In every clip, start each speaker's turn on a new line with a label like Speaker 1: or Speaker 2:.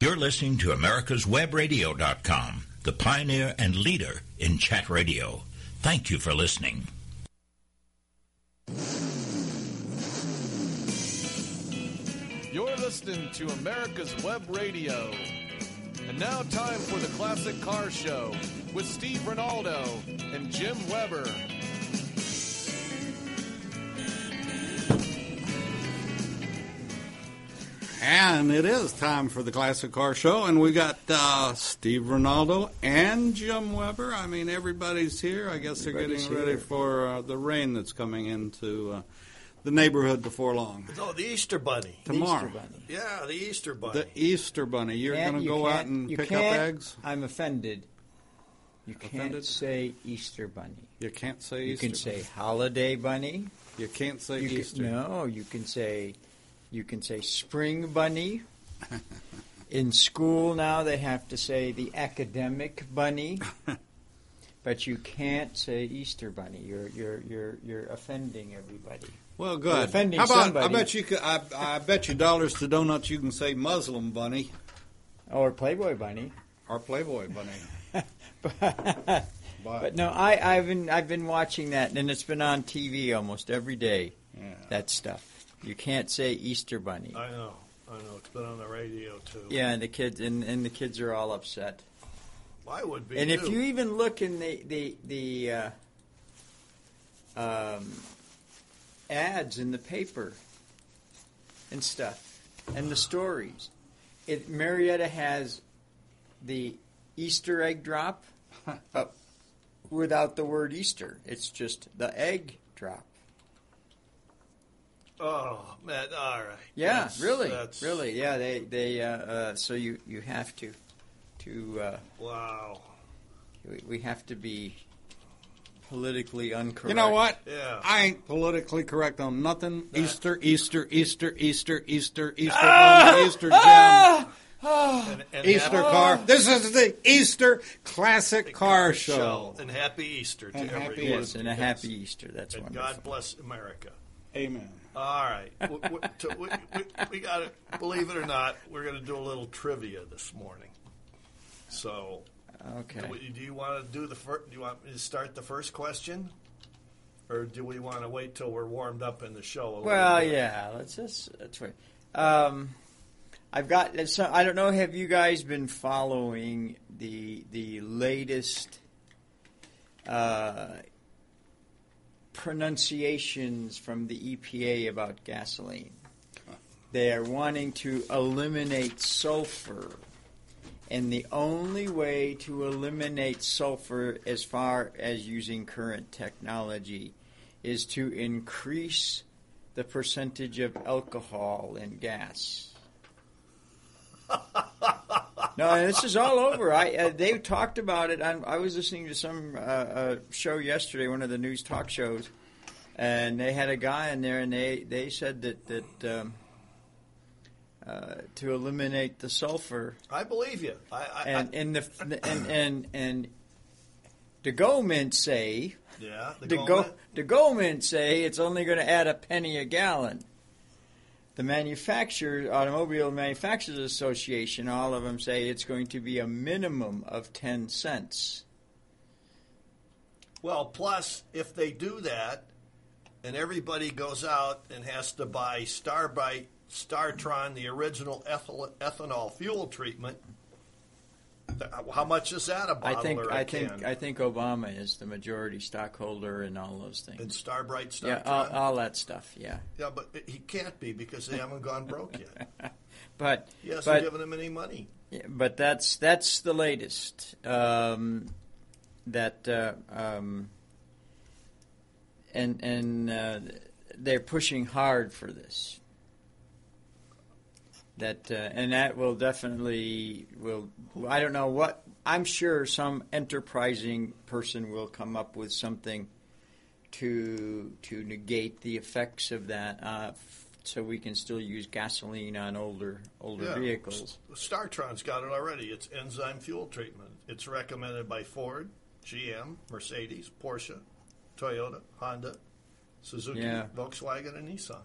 Speaker 1: You're listening to America'sWebRadio.com, the pioneer and leader in chat radio. Thank you for listening.
Speaker 2: You're listening to America's Web Radio. And now, time for the Classic Car Show with Steve Ronaldo and Jim Weber.
Speaker 3: And it is time for the Classic Car Show, and we got uh, Steve Ronaldo and Jim Weber. I mean, everybody's here. I guess
Speaker 4: Everybody's
Speaker 3: they're getting ready
Speaker 4: here.
Speaker 3: for uh, the rain that's coming into uh, the neighborhood before long.
Speaker 5: No, the Easter Bunny.
Speaker 3: Tomorrow.
Speaker 5: Yeah, the Easter Bunny.
Speaker 3: The Easter Bunny. You're
Speaker 4: Can't-
Speaker 3: going to
Speaker 4: you
Speaker 3: go out
Speaker 4: can't-
Speaker 3: and
Speaker 4: you
Speaker 3: pick
Speaker 4: can't-
Speaker 3: up eggs?
Speaker 4: I'm offended. You can't
Speaker 3: Offended?
Speaker 4: say Easter bunny.
Speaker 3: You can't say
Speaker 4: You
Speaker 3: Easter.
Speaker 4: can say holiday bunny.
Speaker 3: You can't say
Speaker 4: You can-
Speaker 3: Easter.
Speaker 4: no, you can say you can say spring bunny. In school now they have to say the academic bunny. But you can't say Easter bunny. You're you're you're you're offending everybody.
Speaker 3: Well,
Speaker 4: You're
Speaker 3: good.
Speaker 4: offending
Speaker 3: How about
Speaker 4: somebody.
Speaker 3: I bet you could, I, I bet you dollars to donuts you can say Muslim bunny
Speaker 4: Or Playboy bunny.
Speaker 3: or Playboy bunny.
Speaker 4: But,
Speaker 3: But-
Speaker 4: but no, I, I've been I've been watching that, and it's been on TV almost every day.
Speaker 3: Yeah. Uh,
Speaker 4: That stuff. You can't say Easter bunny.
Speaker 5: I know. I know. It's been on the radio too.
Speaker 4: Yeah, and the kids and, and the kids are all upset.
Speaker 5: I would be.
Speaker 4: and if
Speaker 5: too.
Speaker 4: you even look in the the the uh, um, ads in the paper and stuff, and the stories, it Marietta has the Easter egg drop, uh, without the word Easter. It's just the egg drop.
Speaker 5: Oh, man. All right.
Speaker 4: Yeah,
Speaker 5: That's-
Speaker 4: really,
Speaker 5: That's,
Speaker 4: really, yeah. They they uh, uh, so you you have to to. Uh,
Speaker 5: Wow.
Speaker 4: We, we have to be politically uncorrect.
Speaker 3: You know what?
Speaker 5: Yeah.
Speaker 3: I ain't politically correct on nothing. Easter, Easter, Easter, Easter, Easter, Easter, bunny, Easter Jim, Ah!
Speaker 5: And, and
Speaker 3: Easter
Speaker 5: happy,
Speaker 3: car. This is the Easter classic car show.
Speaker 5: And happy Easter to
Speaker 3: And happy
Speaker 5: everyone.
Speaker 4: Yes, and a
Speaker 5: Yes.
Speaker 4: happy Easter. That's
Speaker 5: And
Speaker 4: wonderful.
Speaker 5: God bless America.
Speaker 3: Amen.
Speaker 5: All right. we, we, to- we, we, we got to, believe it or not, we're going to do a little trivia this morning. So,
Speaker 4: okay.
Speaker 5: do, we, do you want to do the first? Do you want me to start the first question? Or do we want to wait till we're warmed up in the show? A little
Speaker 4: well,
Speaker 5: bit?
Speaker 4: yeah. Let's just let's wait. Um, I've got. So I don't know. Have you guys been following the the latest uh, pronunciations from the EPA about gasoline? They are wanting to eliminate sulfur. And the only way to eliminate sulfur, as far as using current technology, is to increase the percentage of alcohol in gas. no, this is all over. I uh, they talked about it. i I was listening to some uh, uh, show yesterday, one of the news talk shows, and they had a guy in there, and they they said that that. Um, uh, to eliminate the sulfur,
Speaker 5: I believe you. I, I,
Speaker 4: and
Speaker 5: I,
Speaker 4: and the and and and the Goldman say
Speaker 5: yeah. The
Speaker 4: the go
Speaker 5: Goma-
Speaker 4: the Goldman say it's only going to add a penny a gallon. The manufacturer, automobile manufacturers association, all of them say it's going to be a minimum of ten cents.
Speaker 5: Well, plus, if they do that, and everybody goes out and has to buy Starbite, Startron, the original ethyl, ethanol fuel treatment, th- how much is that a
Speaker 4: I
Speaker 5: bottle
Speaker 4: think
Speaker 5: or a
Speaker 4: I
Speaker 5: can?
Speaker 4: think I think Obama is the majority stockholder in all those
Speaker 5: and
Speaker 4: things.
Speaker 5: Starbright, Startron.
Speaker 4: Yeah, uh, all, all that stuff. Yeah,
Speaker 5: yeah, but he can't be because they haven't gone broke yet.
Speaker 4: but
Speaker 5: He hasn't
Speaker 4: but
Speaker 5: given him any money.
Speaker 4: Yeah, but that's that's the latest um, that uh, um, and and uh, they're pushing hard for this that uh, and that will definitely will I don't know what I'm sure some enterprising person will come up with something to to negate the effects of that uh, f- so we can still use gasoline on older older
Speaker 5: Yeah.
Speaker 4: vehicles
Speaker 5: Startron's got it already. It's enzyme fuel treatment. It's recommended by Ford, GM, Mercedes, Porsche, Toyota, Honda, Suzuki,
Speaker 4: Yeah.
Speaker 5: Volkswagen, and Nissan.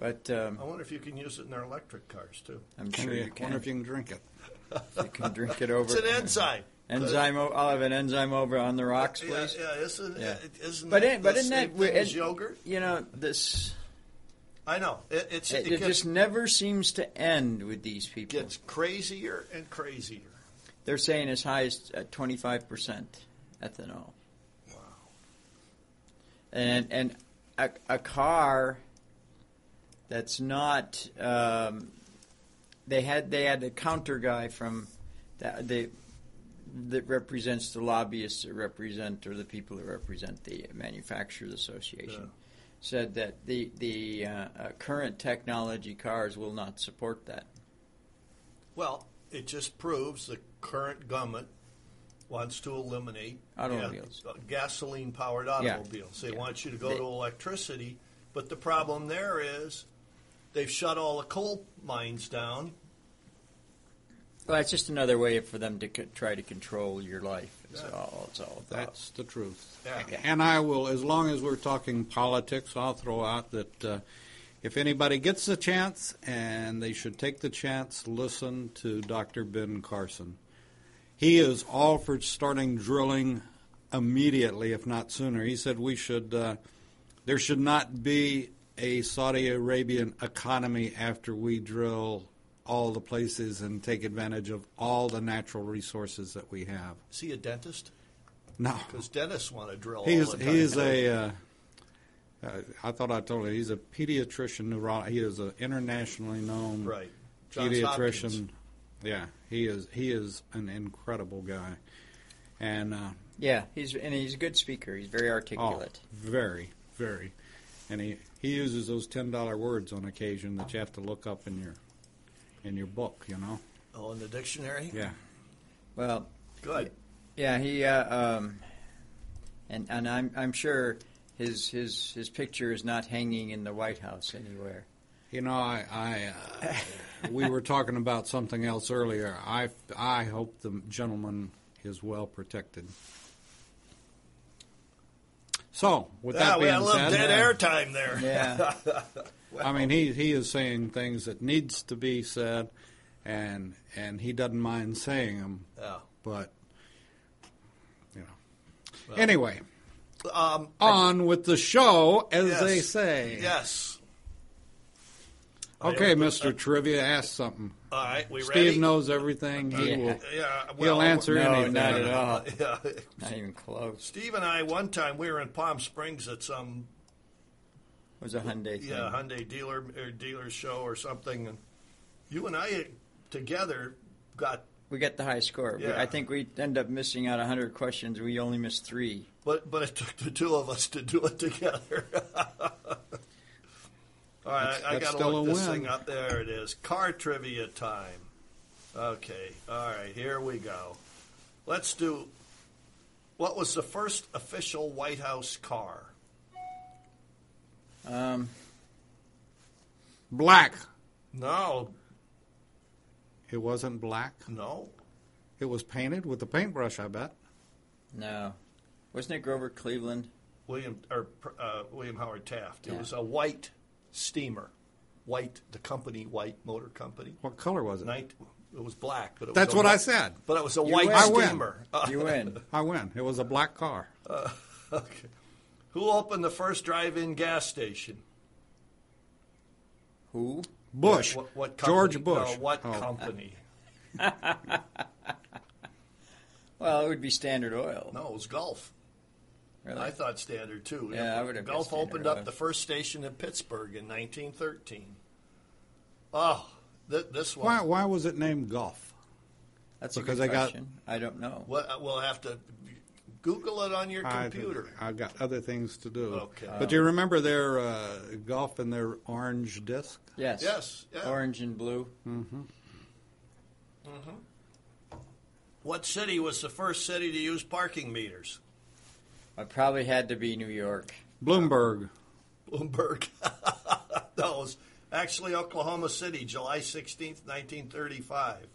Speaker 4: But um,
Speaker 5: I wonder if you can use it in their electric cars too.
Speaker 4: I'm sure
Speaker 3: Yeah,
Speaker 4: you
Speaker 3: wonder
Speaker 4: can.
Speaker 3: if you can drink it.
Speaker 4: You can drink it over.
Speaker 5: It's an enzyme.
Speaker 4: Enzyme. o- I'll have an enzyme over on the rocks,
Speaker 5: Yeah,
Speaker 4: please.
Speaker 5: yeah, isn't,
Speaker 4: Yeah.
Speaker 5: it- isn't
Speaker 4: But
Speaker 5: that
Speaker 4: in- but
Speaker 5: the
Speaker 4: isn't
Speaker 5: same
Speaker 4: that weird-
Speaker 5: thing as
Speaker 4: it-
Speaker 5: yogurt?
Speaker 4: You know this.
Speaker 5: I know. It, it's,
Speaker 4: It,
Speaker 5: it,
Speaker 4: it
Speaker 5: gets,
Speaker 4: just never seems to end with these people.
Speaker 5: gets crazier and crazier.
Speaker 4: They're saying as high as twenty five percent ethanol.
Speaker 5: Wow.
Speaker 4: and and a, a car that's not um, they had they had a counter guy from that they that represents the lobbyists that represent or the people that represent the manufacturers association said that the the uh, uh, current technology cars will not support that
Speaker 5: Well, it just proves the current government wants to eliminate
Speaker 4: Automobiles.
Speaker 5: gasoline powered automobiles. They
Speaker 4: Yeah.
Speaker 5: want you to go
Speaker 4: They-
Speaker 5: to electricity, but the problem there is they've shut all the coal mines down.
Speaker 4: well it's just another way for them to c- try to control your life it's
Speaker 5: Yeah.
Speaker 4: all it's all about
Speaker 3: That's the truth.
Speaker 5: Yeah.
Speaker 3: And I will, as long as we're talking politics, I'll throw out that uh, if anybody gets the chance, and they should take the chance, listen to Dr. Ben Carson. He is all for starting drilling immediately, if not sooner. He said we should, uh, there should not be a Saudi Arabian economy after we drill all the places and take advantage of all the natural resources that we have.
Speaker 5: Is he a dentist?
Speaker 3: No.
Speaker 5: Because dentists want to drill all
Speaker 3: He's
Speaker 5: the time.
Speaker 3: he's a. Uh, uh, I thought I told you he's a pediatrician neurologist. He is an internationally known
Speaker 5: Right. Johns
Speaker 3: pediatrician.
Speaker 5: Hopkins.
Speaker 3: Yeah, he is. He is an incredible guy, and uh,
Speaker 4: yeah he's and he's a good speaker he's very
Speaker 3: oh,
Speaker 4: articulate
Speaker 3: very, very, and he he uses those ten dollar words on occasion that you have to look up in your in your book. You know.
Speaker 5: Oh, in the dictionary?
Speaker 3: Yeah.
Speaker 4: well
Speaker 5: Good.
Speaker 4: Yeah, he uh, um, and and I'm I'm sure his his his picture is not hanging in the White House anywhere.
Speaker 3: You know, I, I uh, we were talking about something else earlier. I, I hope the gentleman is well protected. So, with
Speaker 5: Yeah,
Speaker 3: that
Speaker 5: we
Speaker 3: being
Speaker 5: had a little
Speaker 3: said,
Speaker 5: dead air time there.
Speaker 4: Yeah,
Speaker 3: I mean, he, he is saying things that needs to be said, and and he doesn't mind saying them.
Speaker 5: Yeah.
Speaker 3: But you know, anyway,
Speaker 5: Um,
Speaker 3: on with the show, as
Speaker 5: yes.
Speaker 3: they say.
Speaker 5: Yes.
Speaker 3: Okay,
Speaker 5: I-
Speaker 3: Mister Trivia, ask something.
Speaker 5: All right, we ready?
Speaker 3: Steve knows everything. He
Speaker 4: Yeah.
Speaker 3: will.
Speaker 5: Yeah, well,
Speaker 3: He'll answer
Speaker 4: no,
Speaker 3: anything.
Speaker 4: not at all.
Speaker 5: Yeah.
Speaker 4: not even close.
Speaker 5: Steve and I, one time, we were in Palm Springs at some
Speaker 4: It was a Hyundai thing.
Speaker 5: yeah Hyundai dealer or dealer show or something, and you and I together got.
Speaker 4: We got the high score. We-
Speaker 5: Yeah.
Speaker 4: I think we end up missing out hundred questions. We only missed three.
Speaker 5: But but it took the two of us to do it together. All right,
Speaker 3: That's-
Speaker 5: I, I
Speaker 3: that's
Speaker 5: got to
Speaker 3: still
Speaker 5: look
Speaker 3: a
Speaker 5: this
Speaker 3: win.
Speaker 5: thing up. There it is. Car trivia time. Okay. All right. Here we go. Let's do. What was the first official White House car?
Speaker 4: Um,
Speaker 3: Black.
Speaker 5: No,
Speaker 3: It wasn't black.
Speaker 5: no.
Speaker 3: It was painted with a paintbrush. I bet.
Speaker 4: no, wasn't it Grover Cleveland?
Speaker 5: William or uh, William Howard Taft. It
Speaker 4: Yeah.
Speaker 5: was a white steamer, white the company, White Motor Company.
Speaker 3: What color was it?
Speaker 5: Night, it was black, but it was
Speaker 3: That's
Speaker 5: a
Speaker 3: what
Speaker 5: whi-
Speaker 3: I said.
Speaker 5: But it was a
Speaker 4: You
Speaker 5: white
Speaker 4: win.
Speaker 3: I win.
Speaker 5: steamer. Uh,
Speaker 4: You win.
Speaker 3: I win. It was a black car.
Speaker 5: okay. Who opened the first drive-in gas station?
Speaker 4: Who?
Speaker 3: Bush.
Speaker 5: What, what company?
Speaker 3: George Bush.
Speaker 5: No, what
Speaker 3: Oh,
Speaker 5: company?
Speaker 4: Well, it would be Standard Oil.
Speaker 5: No, it was Gulf.
Speaker 4: really.
Speaker 5: I thought Standard too.
Speaker 4: Yeah, I would have
Speaker 5: Gulf
Speaker 4: guessed Standard
Speaker 5: opened up
Speaker 4: Oil.
Speaker 5: the first station in Pittsburgh in 1913. Oh, th- this one.
Speaker 3: Why? Why was it named Golf?
Speaker 4: That's a
Speaker 3: because
Speaker 4: good
Speaker 3: I got-
Speaker 4: question. I don't know.
Speaker 5: We'll, we'll have to Google it on your computer.
Speaker 3: I, I've got other things to do.
Speaker 5: Okay.
Speaker 3: But do you remember their uh, golf and their orange disc?
Speaker 4: Yes.
Speaker 5: Yes, yeah.
Speaker 4: Orange and blue.
Speaker 3: Hmm.
Speaker 5: What city was the first city to use parking meters?
Speaker 4: It probably had to be New York.
Speaker 3: Bloomberg.
Speaker 5: Bloomberg. no, it was actually Oklahoma City, July 16th, 1935.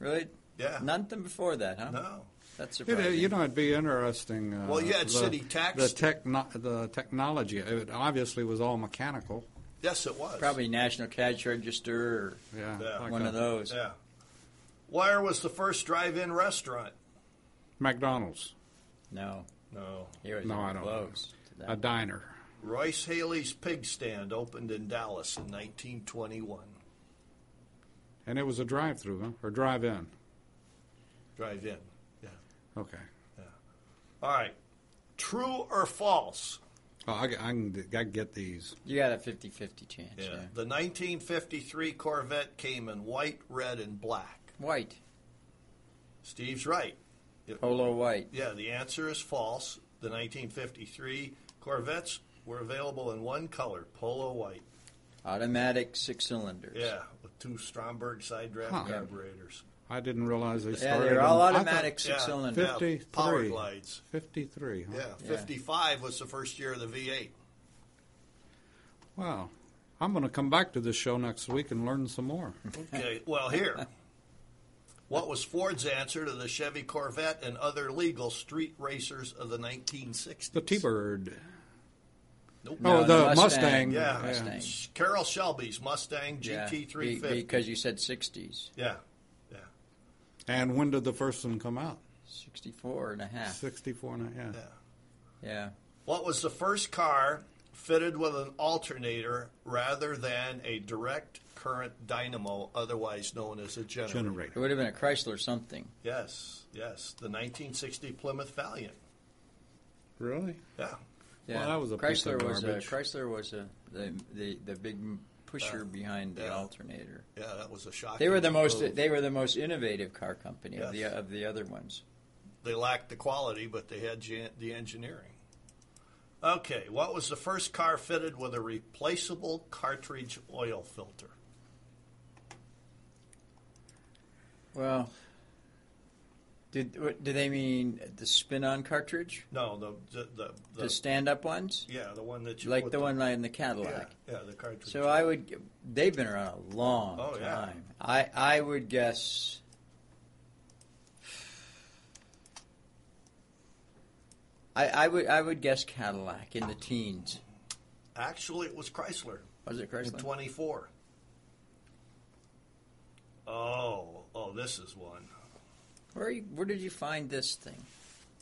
Speaker 4: Really?
Speaker 5: Yeah.
Speaker 4: Nothing before that, huh?
Speaker 5: No.
Speaker 4: That's
Speaker 3: It,
Speaker 4: surprising.
Speaker 3: uh, you know, it'd be interesting. Uh,
Speaker 5: Well, yeah,
Speaker 3: the,
Speaker 5: it's city tax.
Speaker 3: The, techno- the technology. It obviously was all mechanical.
Speaker 5: Yes, it was.
Speaker 4: Probably National Cash Register
Speaker 3: Yeah.
Speaker 5: Yeah.
Speaker 4: or
Speaker 3: like
Speaker 4: one
Speaker 3: a
Speaker 4: of those.
Speaker 5: Yeah. Wire was the first drive-in restaurant.
Speaker 3: McDonald's.
Speaker 4: No,
Speaker 5: No.
Speaker 4: he was
Speaker 3: No, I don't.
Speaker 4: close to that.
Speaker 3: A diner.
Speaker 5: Royce Haley's Pig Stand opened in Dallas in 1921.
Speaker 3: And it was a drive-through, huh? Or drive-in.
Speaker 5: Drive-in. Yeah.
Speaker 3: Okay.
Speaker 5: All right. True or false?
Speaker 3: Oh, I, I can I can get these.
Speaker 4: you got a 50-50 chance. Yeah.
Speaker 5: The 1953 Corvette came in white, red, and black.
Speaker 4: White,
Speaker 5: Steve's right. It-
Speaker 4: polo white.
Speaker 5: yeah, the answer is false. The 1953 Corvettes were available in one color, polo white.
Speaker 4: Automatic six cylinders.
Speaker 5: Yeah, with two Stromberg side drive
Speaker 3: Huh.
Speaker 5: carburetors.
Speaker 3: I didn't realize they
Speaker 4: Yeah,
Speaker 3: started.
Speaker 4: they're all
Speaker 3: in- I
Speaker 4: automatic
Speaker 5: Yeah,
Speaker 4: six cylinder.
Speaker 5: yeah,
Speaker 3: 53.
Speaker 5: power glides.
Speaker 3: thought 53. Huh?
Speaker 5: Yeah,
Speaker 4: Yeah.
Speaker 5: 55 was the first year of the V8.
Speaker 3: Wow. I'm going to come back to this show next week and learn some more.
Speaker 5: Okay, well, here. What was Ford's answer to the Chevy Corvette and other legal street racers of the 1960s?
Speaker 3: The T-Bird.
Speaker 5: Nope.
Speaker 3: Oh,
Speaker 4: No,
Speaker 3: the
Speaker 4: the
Speaker 3: Mustang.
Speaker 4: Mustang.
Speaker 5: Yeah,
Speaker 4: Mustang.
Speaker 5: Carol Shelby's Mustang GT350.
Speaker 4: be- because you said 60s.
Speaker 5: yeah, yeah,
Speaker 3: And when did the first one come out?
Speaker 4: 64 and a half.
Speaker 3: 64 and a half.
Speaker 5: yeah.
Speaker 4: Yeah.
Speaker 5: What was the first car fitted with an alternator rather than a direct current dynamo, otherwise known as a generator?
Speaker 4: It
Speaker 3: Generator.
Speaker 4: would have been a Chrysler something.
Speaker 5: Yes, yes. The 1960 Plymouth Valiant.
Speaker 3: Really?
Speaker 5: Yeah,
Speaker 4: Yeah.
Speaker 3: Well, that was a piece
Speaker 4: Chrysler
Speaker 3: of
Speaker 4: was a
Speaker 3: garbage.
Speaker 4: Chrysler was a the the, the big pusher behind the
Speaker 5: yeah.
Speaker 4: alternator.
Speaker 5: yeah, that was a shock.
Speaker 4: They were the most they were the most innovative car company of the
Speaker 5: Yes.
Speaker 4: of the other ones.
Speaker 5: They lacked the quality, but they had gen- the engineering. Okay, what was the first car fitted with a replaceable cartridge oil filter?
Speaker 4: Well, did what- do they mean the spin-on cartridge,
Speaker 5: No, the the the, the,
Speaker 4: the stand-up ones,
Speaker 5: yeah, the one that you
Speaker 4: like
Speaker 5: put
Speaker 4: the one like in the
Speaker 5: yeah,
Speaker 4: Cadillac?
Speaker 5: yeah, the cartridge.
Speaker 4: So I would. They've been around a long
Speaker 5: Oh, yeah.
Speaker 4: time. I I would guess. I, I would I would guess Cadillac in the teens.
Speaker 5: actually it was Chrysler
Speaker 4: Was it
Speaker 5: in
Speaker 4: Chrysler?
Speaker 5: 24. Oh, oh, this is one.
Speaker 4: Where you, where did you find this thing?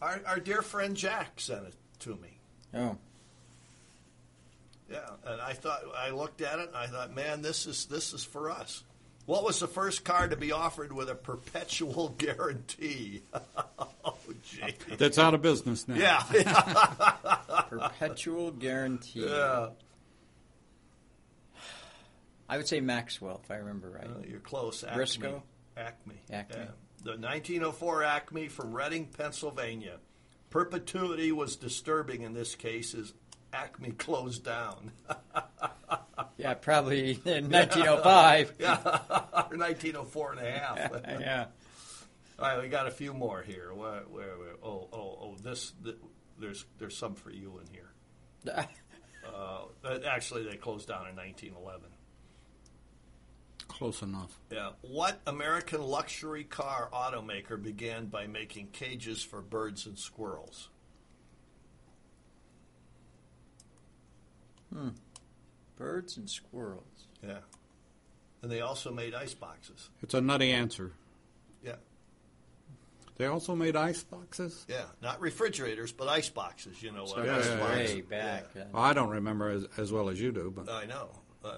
Speaker 5: Our our dear friend Jack sent it to me.
Speaker 4: Oh,
Speaker 5: Yeah, and I thought I looked at it and I thought, man, this is this is for us. What was the first car to be offered with a perpetual guarantee? oh, gee.
Speaker 3: That's out of business now.
Speaker 5: Yeah,
Speaker 4: perpetual guarantee.
Speaker 5: yeah.
Speaker 4: I would say Maxwell if I remember right.
Speaker 5: Uh, you're close. Acme.
Speaker 4: Briscoe?
Speaker 5: Acme.
Speaker 4: Acme.
Speaker 5: Yeah. The 1904 Acme from Reading, Pennsylvania. Perpetuity was disturbing in this case as Acme closed down.
Speaker 4: Yeah, probably in 1905.
Speaker 5: Yeah. 1904 and a half.
Speaker 4: yeah.
Speaker 5: All right, we got a few more here. Where, where, where- oh, oh, oh, this, th there's, there's some for you in here. Uh, but actually, they closed down in 1911.
Speaker 3: Close enough.
Speaker 5: Yeah. What American luxury car automaker began by making cages for birds and squirrels?
Speaker 4: Birds and squirrels.
Speaker 5: Yeah. And they also made ice boxes.
Speaker 3: It's a nutty answer.
Speaker 5: Yeah.
Speaker 3: They also made ice boxes?
Speaker 5: Yeah. Not refrigorators, but ice boxes, you know. uh,
Speaker 4: So
Speaker 5: ice
Speaker 4: it was
Speaker 5: boxes.
Speaker 4: way back.
Speaker 5: Yeah.
Speaker 4: uh,
Speaker 3: Well, I don't remember as, as well as you do, but
Speaker 5: I know. Uh,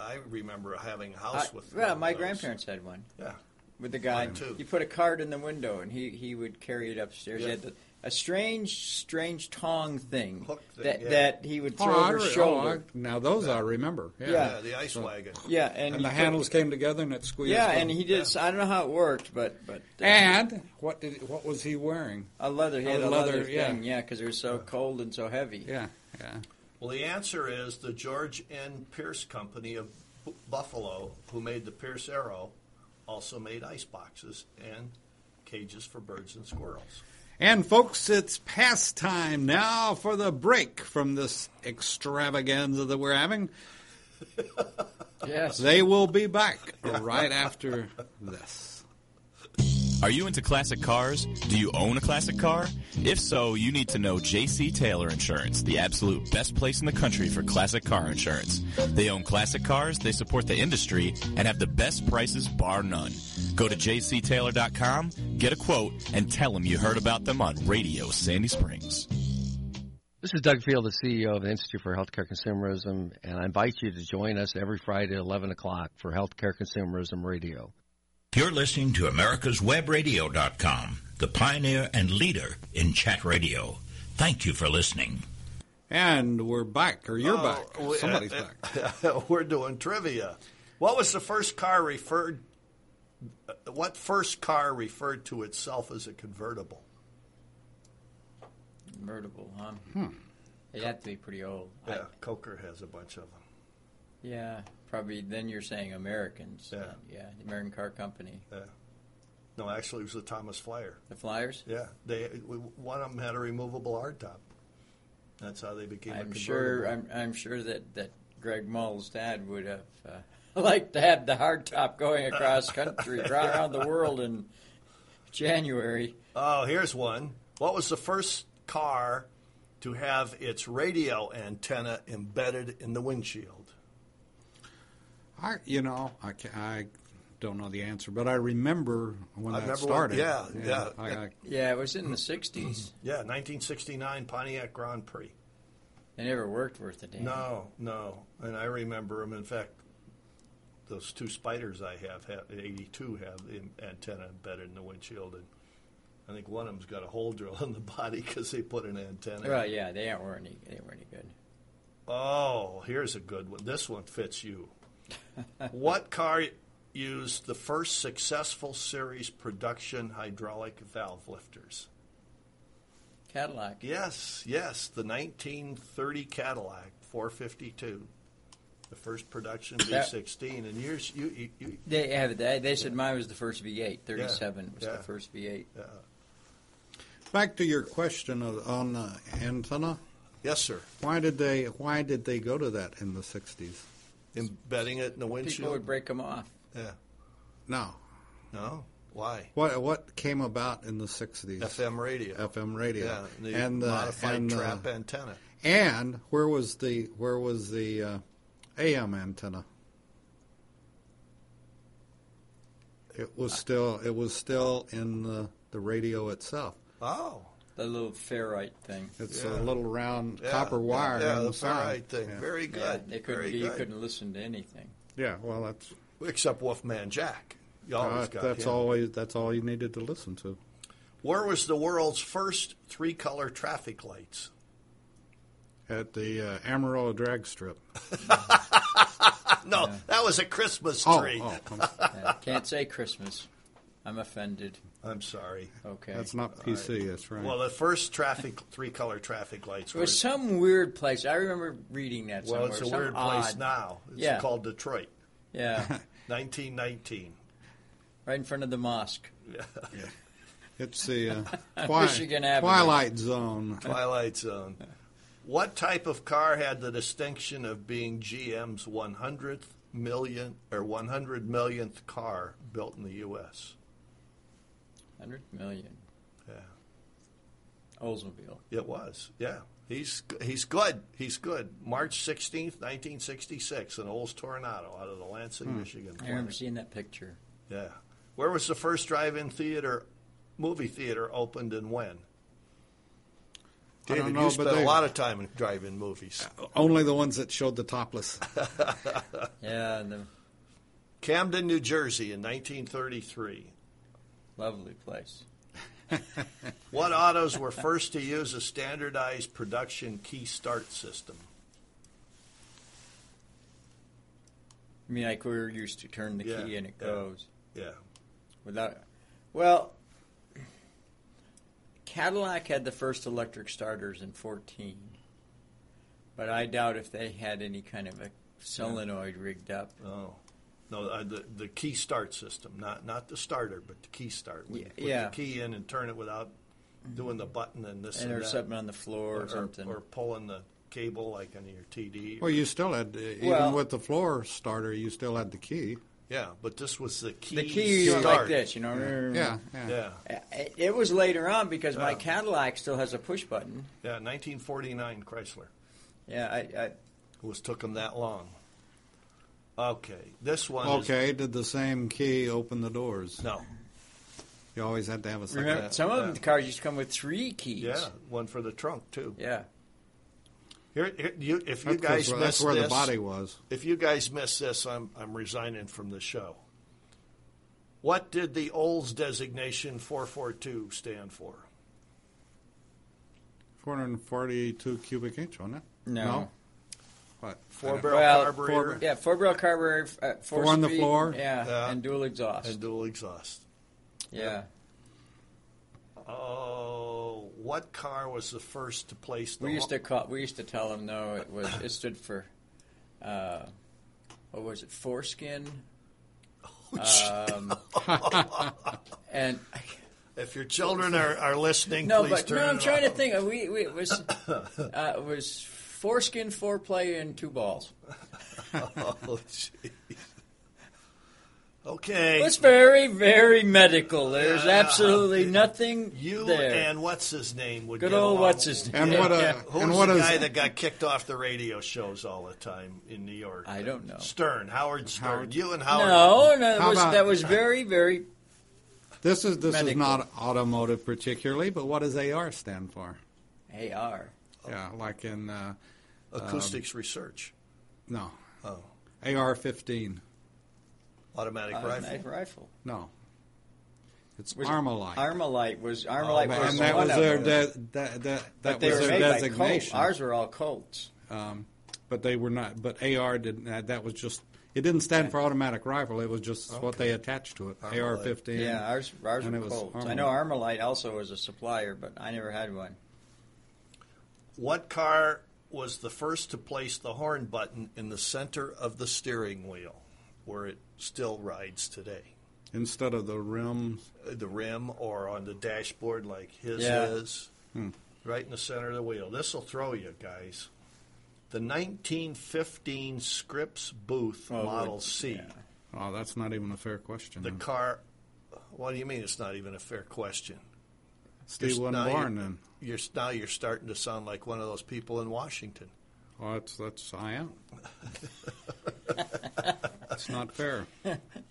Speaker 5: I remember having a
Speaker 4: I,
Speaker 5: house with. one
Speaker 4: well,
Speaker 5: of
Speaker 4: my
Speaker 5: those.
Speaker 4: grandparents had one.
Speaker 5: Yeah.
Speaker 4: with the guy.
Speaker 5: Mine too.
Speaker 4: You put a card in the window, and he, he would carry it upstairs. He
Speaker 5: Yeah.
Speaker 4: had the, a strange, strange tong thing,
Speaker 5: Hook thing,
Speaker 4: that
Speaker 5: yeah.
Speaker 4: that he would throw
Speaker 3: Oh, I
Speaker 4: over his
Speaker 3: re-
Speaker 4: shoulder.
Speaker 3: oh, I- now those I remember. Yeah.
Speaker 5: Yeah.
Speaker 4: Yeah.
Speaker 5: the ice wagon.
Speaker 4: yeah, and,
Speaker 3: And
Speaker 4: he
Speaker 3: the
Speaker 4: put-
Speaker 3: handles came together and it squeezed.
Speaker 4: Yeah,
Speaker 3: up.
Speaker 4: and he did. I don't know how it worked, but but uh,
Speaker 3: And what did what was he wearing?
Speaker 4: a leather. He had
Speaker 3: Oh,
Speaker 4: a leather,
Speaker 3: leather, yeah.
Speaker 4: thing. Yeah, because it was so cold and so heavy.
Speaker 3: Yeah, yeah.
Speaker 5: Well, the answer is the George N. Pierce Company of B- Buffalo, who made the Pierce Arrow, also made ice boxes and cages for birds and squirrels.
Speaker 3: And folks, it's past time now for the break from this extravaganza that we're having.
Speaker 4: Yes.
Speaker 3: They will be back right after this.
Speaker 6: Are you into classic cars? Do you own a classic car? If so, you need to know JC Taylor Insurance, the absolute best place in the country for classic car insurance. They own classic cars, they support the industry, and have the best prices bar none. Go to jctaylor.com, get a quote, and tell them you heard about them on Radio Sandy Springs.
Speaker 7: This is Doug Field, the CEO of the Institute for Healthcare Consumerism, and I invite you to join us every Friday at 11 o'clock for Healthcare Consumerism Radio.
Speaker 1: You're listening to americaswebradio.com, the pioneer and leader in chat radio. Thank you for listening.
Speaker 3: And we're back, or you're back.
Speaker 5: we-
Speaker 3: Somebody's
Speaker 5: uh,
Speaker 3: back.
Speaker 5: We're doing trivia. What was the first car referred? uh, What first car referred to itself as a convertible?
Speaker 4: Convertible, huh? It'd have to be pretty old. I-
Speaker 5: Yeah, Coker has a bunch of them.
Speaker 4: yeah, probably. Then you're saying Americans.
Speaker 5: Yeah.
Speaker 4: yeah. The American Car Company,
Speaker 5: No, actually, it was the Thomas Flyer.
Speaker 4: the Flyers.
Speaker 5: Yeah, they one of them had a removable hardtop. That's how they became. a
Speaker 4: I'm
Speaker 5: convertible.
Speaker 4: sure. uh, I'm, I'm sure that that Greg Mull's dad would have uh, liked to have the hardtop going across country, around the world in January.
Speaker 5: Oh, here's one. What was the first car to have its radio antenna embedded in the windshield?
Speaker 3: I, you know, I, ca I don't know the answer, but I remember when
Speaker 5: I
Speaker 3: that
Speaker 5: remember when-
Speaker 3: started.
Speaker 5: yeah, yeah.
Speaker 3: I, I,
Speaker 4: Yeah, it was in the '60s.
Speaker 5: Yeah, 1969 Pontiac Grand Prix.
Speaker 4: They never worked worth a damn.
Speaker 5: No, no. And I remember them. In fact, those two spiders I have, have 82, have the antenna embedded in the windshield. And I think one of them's got a hole drill in the body because they put an antenna.
Speaker 4: Well, yeah, they aren't weren't any, they weren't any good.
Speaker 5: Oh, here's a good one. This one fits you. what car used the first successful series production hydraulic valve lifters?
Speaker 4: Cadillac.
Speaker 5: Yes, yes, the 1930 Cadillac 452. The first production
Speaker 4: That-
Speaker 5: V16, and yours, you, you, you
Speaker 4: They have. They, they said mine was the first V8. Thirty-seven was
Speaker 5: yeah.
Speaker 4: the first V8.
Speaker 3: back to your question of, on the antenna.
Speaker 5: yes, sir,
Speaker 3: Why did they? Why did they go to that in the '60s?
Speaker 5: embedding it in the
Speaker 4: People would
Speaker 5: windshield.
Speaker 4: break them off.
Speaker 5: Yeah.
Speaker 3: No.
Speaker 5: No, why?
Speaker 3: What what came about in the '60s?
Speaker 5: FM radio.
Speaker 3: FM radio.
Speaker 5: Yeah, the
Speaker 3: and the
Speaker 5: modified
Speaker 3: and uh, the-
Speaker 5: trap antenna.
Speaker 3: and where was the where was the uh, AM antenna? It was still it was still in the, the radio itself.
Speaker 5: Oh,
Speaker 4: The little ferrite thing.
Speaker 3: It's
Speaker 5: Yeah.
Speaker 3: a little round
Speaker 5: yeah,
Speaker 3: copper wire
Speaker 5: Yeah,
Speaker 3: on
Speaker 5: the
Speaker 3: the
Speaker 5: ferrite
Speaker 3: side.
Speaker 5: thing.
Speaker 3: Yeah.
Speaker 5: Very good.
Speaker 4: Yeah, they couldn't.
Speaker 5: Very
Speaker 4: You
Speaker 5: good.
Speaker 4: couldn't listen to anything.
Speaker 3: Yeah, well, that's
Speaker 5: except Wolfman Jack. You
Speaker 3: uh,
Speaker 5: always got
Speaker 3: that's
Speaker 5: him.
Speaker 3: always that's all you needed to listen to.
Speaker 5: Where was the world's first three-color traffic lights?
Speaker 3: At the uh, Amarillo drag strip.
Speaker 5: No, that was a Christmas
Speaker 3: Oh,
Speaker 5: tree.
Speaker 3: oh,
Speaker 4: Yeah, can't say Christmas. I'm offended.
Speaker 5: I'm sorry.
Speaker 4: Okay.
Speaker 3: that's not PC. That's right.
Speaker 5: Well, uh, the first traffic three-color traffic lights
Speaker 4: It
Speaker 5: were.
Speaker 4: was some weird place. I remember reading that. somewhere.
Speaker 5: well, it's a
Speaker 4: some
Speaker 5: weird place
Speaker 4: odd-
Speaker 5: now. It's
Speaker 4: Yeah.
Speaker 5: called Detroit,
Speaker 4: Yeah,
Speaker 5: 1919.
Speaker 4: right in front of the mosque.
Speaker 3: it's the uh, twi-
Speaker 4: Michigan Avenue.
Speaker 3: Twilight Zone.
Speaker 5: Twilight Zone. What type of car had the distinction of being GM's 100th million or 100 millionth car built in the U.S.?
Speaker 4: Hundred million.
Speaker 5: Yeah.
Speaker 4: Oldsmobile.
Speaker 5: It was, yeah. He's he's good. He's good. March sixteenth, nineteen sixty six, an Olds Tornado out of the Lansing, Michigan.
Speaker 4: Hmm. I remember seeing that picture.
Speaker 5: Yeah. Where was the first drive-in theater, movie theater opened and when?
Speaker 3: I
Speaker 5: David,
Speaker 3: don't know,
Speaker 5: you
Speaker 3: but
Speaker 5: spent
Speaker 3: they-
Speaker 5: a lot of time in drive-in movies.
Speaker 3: Only the ones that showed the topless.
Speaker 4: Yeah, the
Speaker 5: Camden, New Jersey, in nineteen thirty three.
Speaker 4: lovely place.
Speaker 5: What autos were first to use a standardized production key start system?
Speaker 4: I mean, like we're used to turn the
Speaker 5: Yeah,
Speaker 4: key and it
Speaker 5: yeah.
Speaker 4: goes
Speaker 5: Yeah.
Speaker 4: without. Well, Cadillac had the first electric starters in '14, but I doubt if they had any kind of a solenoid rigged up.
Speaker 5: Oh. No, uh, the the key start system, not not the starter, but the key start. When you put
Speaker 4: Yeah.
Speaker 5: the key in and turn it without doing the button and this
Speaker 4: And
Speaker 5: and,
Speaker 4: or
Speaker 5: that.
Speaker 4: something on the floor or, something.
Speaker 5: or pulling the cable like on your TD.
Speaker 3: Well, you still had, uh, even
Speaker 4: Well-
Speaker 3: with the floor starter, you still had the key.
Speaker 5: Yeah, but this was the key.
Speaker 4: The key is
Speaker 5: start.
Speaker 4: like this, you know.
Speaker 3: Yeah, yeah.
Speaker 5: Yeah,
Speaker 4: It- It was later on because my
Speaker 5: Yeah.
Speaker 4: Cadillac still has a push button.
Speaker 5: yeah. 1949 Chrysler.
Speaker 4: Yeah, I, I,
Speaker 5: It was took them that long. Okay, this one. is-
Speaker 3: Okay, did the same key open the doors?
Speaker 5: no.
Speaker 3: You always had to have a second.
Speaker 4: remember
Speaker 5: Yeah,
Speaker 4: some of
Speaker 5: yeah.
Speaker 4: the cars used to come with three keys.
Speaker 5: Yeah, one for the trunk too.
Speaker 4: Yeah.
Speaker 5: Here, here- you,
Speaker 3: That's
Speaker 5: if you
Speaker 3: 'cause
Speaker 5: guys
Speaker 3: where-
Speaker 5: missed
Speaker 3: that's where
Speaker 5: this,
Speaker 3: the body was.
Speaker 5: if you guys miss this, I'm I'm resigning from the show. What did the Olds designation 442 stand for?
Speaker 3: 442 cubic inch, wasn't it?
Speaker 4: No.
Speaker 3: What?
Speaker 5: Four
Speaker 3: I don't-
Speaker 5: barrel
Speaker 4: Well,
Speaker 5: carburetor
Speaker 4: Yeah, four barrel carburetor, uh, four,
Speaker 3: Four on the
Speaker 4: speed,
Speaker 3: floor?
Speaker 4: Yeah,
Speaker 5: Yeah.
Speaker 4: and dual exhaust.
Speaker 5: and dual exhaust.
Speaker 4: yeah.
Speaker 5: Oh, what car was the first to place the
Speaker 4: We used
Speaker 5: lo-
Speaker 4: to call. We used to tell them no. It was. It stood for. Uh, what was it? Foreskin.
Speaker 5: Oh,
Speaker 4: Um, and
Speaker 5: If your children are, are listening,
Speaker 4: no,
Speaker 5: please
Speaker 4: but
Speaker 5: turn
Speaker 4: no. I'm
Speaker 5: it
Speaker 4: trying to
Speaker 5: off.
Speaker 4: think. We, we it was uh, it was foreskin, foreplay, and two balls.
Speaker 5: Oh, jeez. okay,
Speaker 4: It's very, very medical. There's
Speaker 5: Yeah.
Speaker 4: absolutely nothing
Speaker 5: you
Speaker 4: there.
Speaker 5: and what's his name would
Speaker 4: Good
Speaker 5: get
Speaker 4: old
Speaker 5: along.
Speaker 4: what's his name?
Speaker 3: And what a
Speaker 4: Yeah.
Speaker 5: Who's
Speaker 3: and what
Speaker 5: the
Speaker 3: is
Speaker 5: guy that got kicked off the radio shows all the time in New York?
Speaker 4: I don't know.
Speaker 5: Stern, Howard Stern.
Speaker 3: Howard.
Speaker 5: You and Howard.
Speaker 4: No, no, that
Speaker 3: How
Speaker 4: was,
Speaker 3: about-
Speaker 4: that was very, very
Speaker 3: this is this is
Speaker 4: Medical.
Speaker 3: not automotive particularly, but what does AR stand for?
Speaker 4: AR. Oh,
Speaker 3: Yeah, like in uh,
Speaker 5: Acoustics research.
Speaker 3: no
Speaker 5: Oh,
Speaker 3: AR fifteen.
Speaker 5: automatic rifle.
Speaker 4: Automatic Uh, rifle.
Speaker 3: No, it's
Speaker 4: Was it-
Speaker 3: Armalite.
Speaker 4: Armalite was Armalite
Speaker 5: Oh,
Speaker 4: was
Speaker 3: and that
Speaker 4: one
Speaker 3: was
Speaker 4: of
Speaker 3: their
Speaker 4: them.
Speaker 3: de- that that, that
Speaker 4: But they
Speaker 3: was
Speaker 4: were
Speaker 3: their
Speaker 4: made by Colt.
Speaker 3: designation.
Speaker 4: Ours were all Colts.
Speaker 3: Um, but they were not. But AR didn't. That, that was just. It didn't stand for automatic rifle. It was just what they attached to it.
Speaker 5: Armalite.
Speaker 3: AR fifteen.
Speaker 4: Yeah, ours ours
Speaker 3: and
Speaker 4: were
Speaker 3: it was
Speaker 4: Colts. I know Armalite also was a supplier, but I never had one.
Speaker 5: What car was the first to place the horn button in the center of the steering wheel, where it still rides today?
Speaker 3: instead of the rim.
Speaker 5: Uh, The rim or on the dashboard, like his
Speaker 4: Yeah.
Speaker 5: is,
Speaker 3: Hmm.
Speaker 5: right in the center of the wheel. This will throw you guys. The 1915 Scripps Booth
Speaker 4: Oh,
Speaker 5: Model C.
Speaker 3: Oh, that's not even a fair question.
Speaker 5: The
Speaker 3: then.
Speaker 5: car. What do you mean? It's not even a fair question.
Speaker 3: Steve
Speaker 5: You're-
Speaker 3: wasn't
Speaker 5: now
Speaker 3: born
Speaker 5: you're-
Speaker 3: then.
Speaker 5: You're now you're starting to sound like one of those people in Washington.
Speaker 3: Oh, that's that's I am. it's not fair.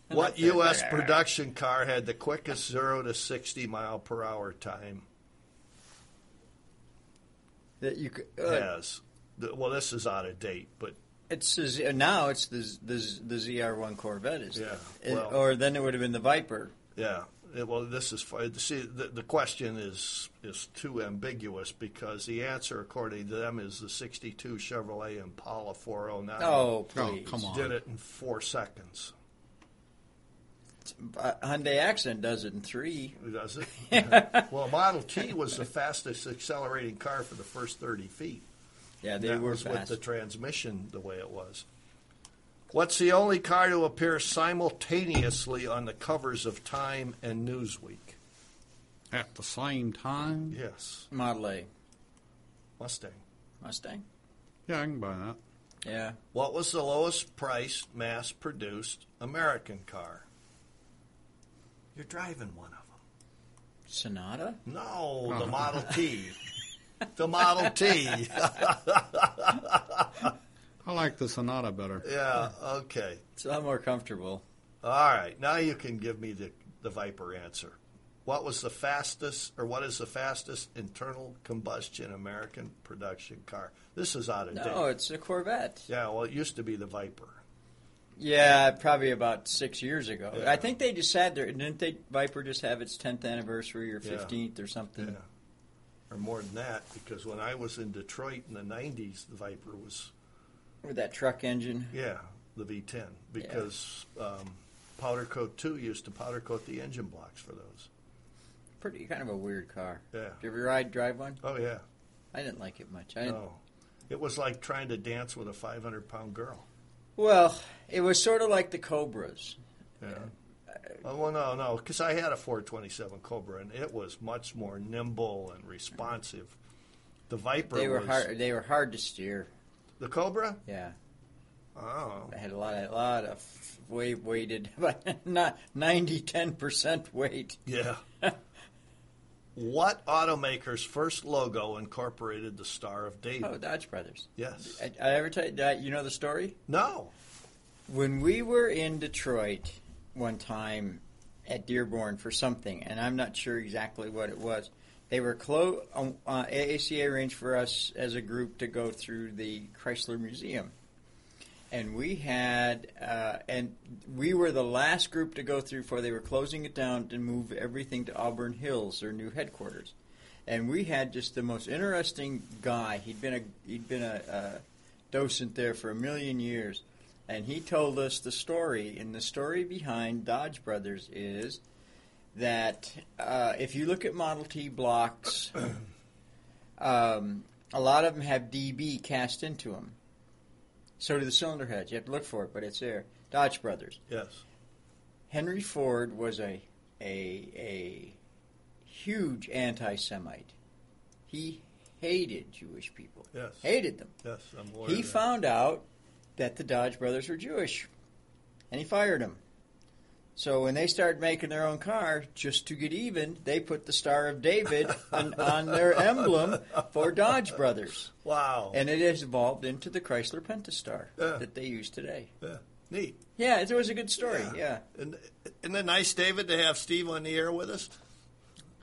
Speaker 5: What U.S. production car had the quickest zero to sixty mile per hour time?
Speaker 4: That you could, uh,
Speaker 5: Has The- well, this is out of date, but
Speaker 4: It's the Z- now it's the Z- the, Z- the ZR1 Corvette is
Speaker 5: Yeah,
Speaker 4: it?
Speaker 5: well-
Speaker 4: or then it would have been the Viper.
Speaker 5: yeah. It- well, this is fi- see the, the question is is too ambiguous because the answer according to them is the '62 Chevrolet Impala 409.
Speaker 4: Oh
Speaker 3: Oh,
Speaker 4: please,
Speaker 3: come on.
Speaker 5: did it in four seconds.
Speaker 4: Uh, Hyundai Accent does it in three.
Speaker 5: Does it? well, Model T was the fastest accelerating car for the first 30 feet.
Speaker 4: Yeah, they
Speaker 5: that
Speaker 4: were
Speaker 5: was with
Speaker 4: fast.
Speaker 5: the transmission the way it was. What's the only car to appear simultaneously on the covers of Time and Newsweek?
Speaker 3: At the same time? Yeah,
Speaker 5: Yes,
Speaker 4: Model A
Speaker 5: Mustang.
Speaker 4: Mustang.
Speaker 3: I can buy that.
Speaker 4: Yeah,
Speaker 5: What was the lowest priced mass produced American car? You're driving one of them.
Speaker 4: Sonata.
Speaker 5: No,
Speaker 4: Oh.
Speaker 5: the Model T. The Model T.
Speaker 3: I like the Sonata better.
Speaker 5: yeah, okay.
Speaker 4: It's a lot more comfortable.
Speaker 5: All right, now you can give me the, the Viper answer. What was the fastest, or what is the fastest internal combustion American production car? This is out of
Speaker 4: No,
Speaker 5: date.
Speaker 4: it's a Corvette.
Speaker 5: Yeah, well, it used to be the Viper.
Speaker 4: Yeah, probably about six years ago.
Speaker 5: Yeah.
Speaker 4: I think they just had their didn't they Viper just have its tenth anniversary or
Speaker 5: Yeah.
Speaker 4: fifteenth or something.
Speaker 5: Or more than that, because when I was in Detroit in the 90s, the Viper was,
Speaker 4: With that truck engine.
Speaker 5: yeah, the V10, because um, Powder Coat 2 used to powder coat the engine blocks for those.
Speaker 4: Pretty kind of a weird car.
Speaker 5: Yeah.
Speaker 4: Did you ever ride drive one?
Speaker 5: Oh, yeah.
Speaker 4: I didn't like it much. I didn't-
Speaker 5: No. It was like trying to dance with a 500 pound girl.
Speaker 4: Well, it was sort of like the Cobras.
Speaker 5: Yeah. Oh, well, no, no, because I had a 427 Cobra, and it was much more nimble and responsive. The Viper
Speaker 4: They were
Speaker 5: was
Speaker 4: hard. They were hard to steer.
Speaker 5: the Cobra.
Speaker 4: Yeah.
Speaker 5: Oh.
Speaker 4: I had a lot, a lot of weight weighted, but not 90, 10% weight.
Speaker 5: Yeah. what automaker's first logo incorporated the Star of David?
Speaker 4: Oh, Dodge Brothers.
Speaker 5: yes.
Speaker 4: I, I ever tell you, that- you know the story?
Speaker 5: no.
Speaker 4: When we were in Detroit one time at Dearborn for something, and I'm not sure exactly what it was, they were close. Uh, uh, AACA arranged for us as a group to go through the Chrysler Museum, and we had, uh, and we were the last group to go through before they were closing it down to move everything to Auburn Hills, their new headquarters. And we had just the most interesting guy. He'd been a he'd been a, uh docent there for a million years and he told us the story. And the story behind Dodge Brothers is that uh, if you look at Model T blocks, um, a lot of them have DB cast into them. So do the cylinder heads. You have to look for it, but it's there. Dodge Brothers.
Speaker 5: Yes.
Speaker 4: Henry Ford was a a a huge anti-Semite. He hated Jewish people.
Speaker 5: Yes.
Speaker 4: Hated them.
Speaker 5: Yes. I'm aware
Speaker 4: He
Speaker 5: of that.
Speaker 4: found out that the Dodge brothers were Jewish, and he fired them. So when they started making their own car, just to get even, they put the Star of David on, on their emblem for Dodge brothers,
Speaker 5: Wow.
Speaker 4: and it has evolved into the Chrysler Pentastar
Speaker 5: Yeah.
Speaker 4: that they use today.
Speaker 5: yeah. Neat.
Speaker 4: Yeah, it was a good story. Yeah,
Speaker 5: And isn't it nice, David, to have Steve on the air with us?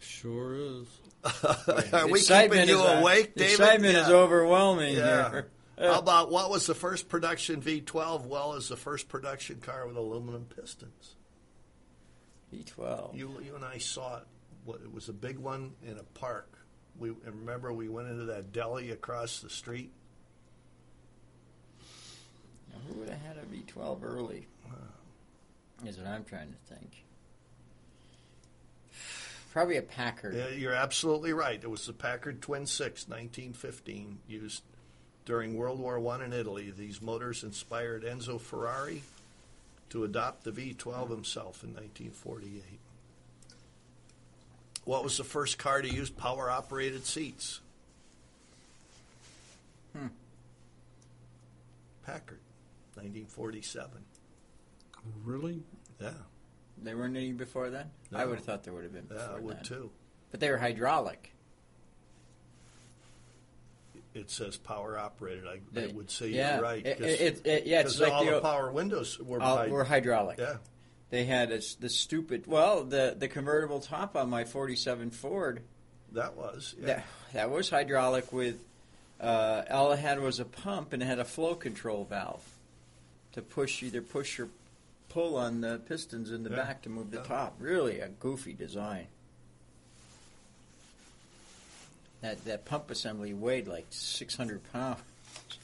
Speaker 3: Sure is.
Speaker 5: Are
Speaker 4: The
Speaker 5: we keeping
Speaker 4: excitement
Speaker 5: you
Speaker 4: is, uh,
Speaker 5: awake,
Speaker 4: the
Speaker 5: David?
Speaker 4: excitement
Speaker 5: Yeah.
Speaker 4: is overwhelming
Speaker 5: Yeah.
Speaker 4: here.
Speaker 5: How about what was the first production V12? Well, is the first production car with aluminum pistons.
Speaker 4: B12.
Speaker 5: You, you and I saw it. What, it was a big one in a park. We and remember we went into that deli across the street.
Speaker 4: Now, who would have had a V12 early? Is what I'm trying to think. Probably a Packard.
Speaker 5: Yeah, you're absolutely right. It was the Packard Twin Six, 1915, used during World War One in Italy. These motors inspired Enzo Ferrari to adopt the V12 himself in 1948. What was the first car to use power-operated seats? Packard, 1947.
Speaker 3: Really?
Speaker 5: Yeah,
Speaker 4: There weren't any before then. I
Speaker 5: No.
Speaker 4: would have thought there would have been. Before
Speaker 5: yeah, I would
Speaker 4: then.
Speaker 5: too.
Speaker 4: But they were hydraulic.
Speaker 5: It says power operated. I, I
Speaker 4: They-
Speaker 5: would say
Speaker 4: yeah.
Speaker 5: you're right.
Speaker 4: It-
Speaker 5: 'cause-
Speaker 4: it- it- it- yeah, it's
Speaker 5: 'cause
Speaker 4: like
Speaker 5: all
Speaker 4: the
Speaker 5: the
Speaker 4: o-
Speaker 5: power windows were,
Speaker 4: Uh,
Speaker 5: by-
Speaker 4: were hydraulic.
Speaker 5: Yeah,
Speaker 4: They had a s the stupid. Well, the the convertible top on my '47 Ford.
Speaker 5: that was. Yeah.
Speaker 4: That that was hydraulic with. Uh, all it had was a pump and it had a flow control valve to push either push or pull on the pistons in the
Speaker 5: Yeah.
Speaker 4: back to move the
Speaker 5: Yeah.
Speaker 4: top. Really a goofy design. That that pump assembly weighed like 600 pounds,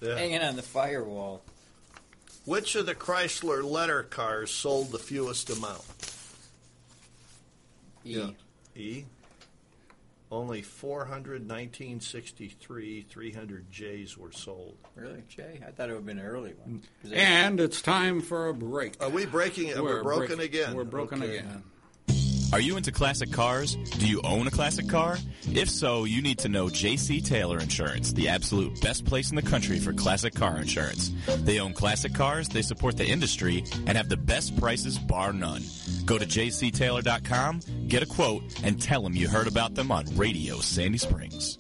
Speaker 5: yeah.
Speaker 4: hanging on the firewall.
Speaker 5: Which of the Chrysler letter cars sold the fewest amount?
Speaker 4: E.
Speaker 5: E. Only 400 1963 300 J's were sold.
Speaker 4: Really, Jay? I thought it would have been an early one. 'Cause they-
Speaker 3: And it's time for a break.
Speaker 5: Are we breaking it? We're, broken
Speaker 3: break-
Speaker 5: again.
Speaker 3: We're broken
Speaker 5: Okay.
Speaker 3: again.
Speaker 6: Are you into classic cars? Do you own a classic car? If so, you need to know JC Taylor Insurance, the absolute best place in the country for classic car insurance. They own classic cars, they support the industry, and have the best prices bar none. Go to jctaylor.com, get a quote, and tell them you heard about them on Radio Sandy Springs.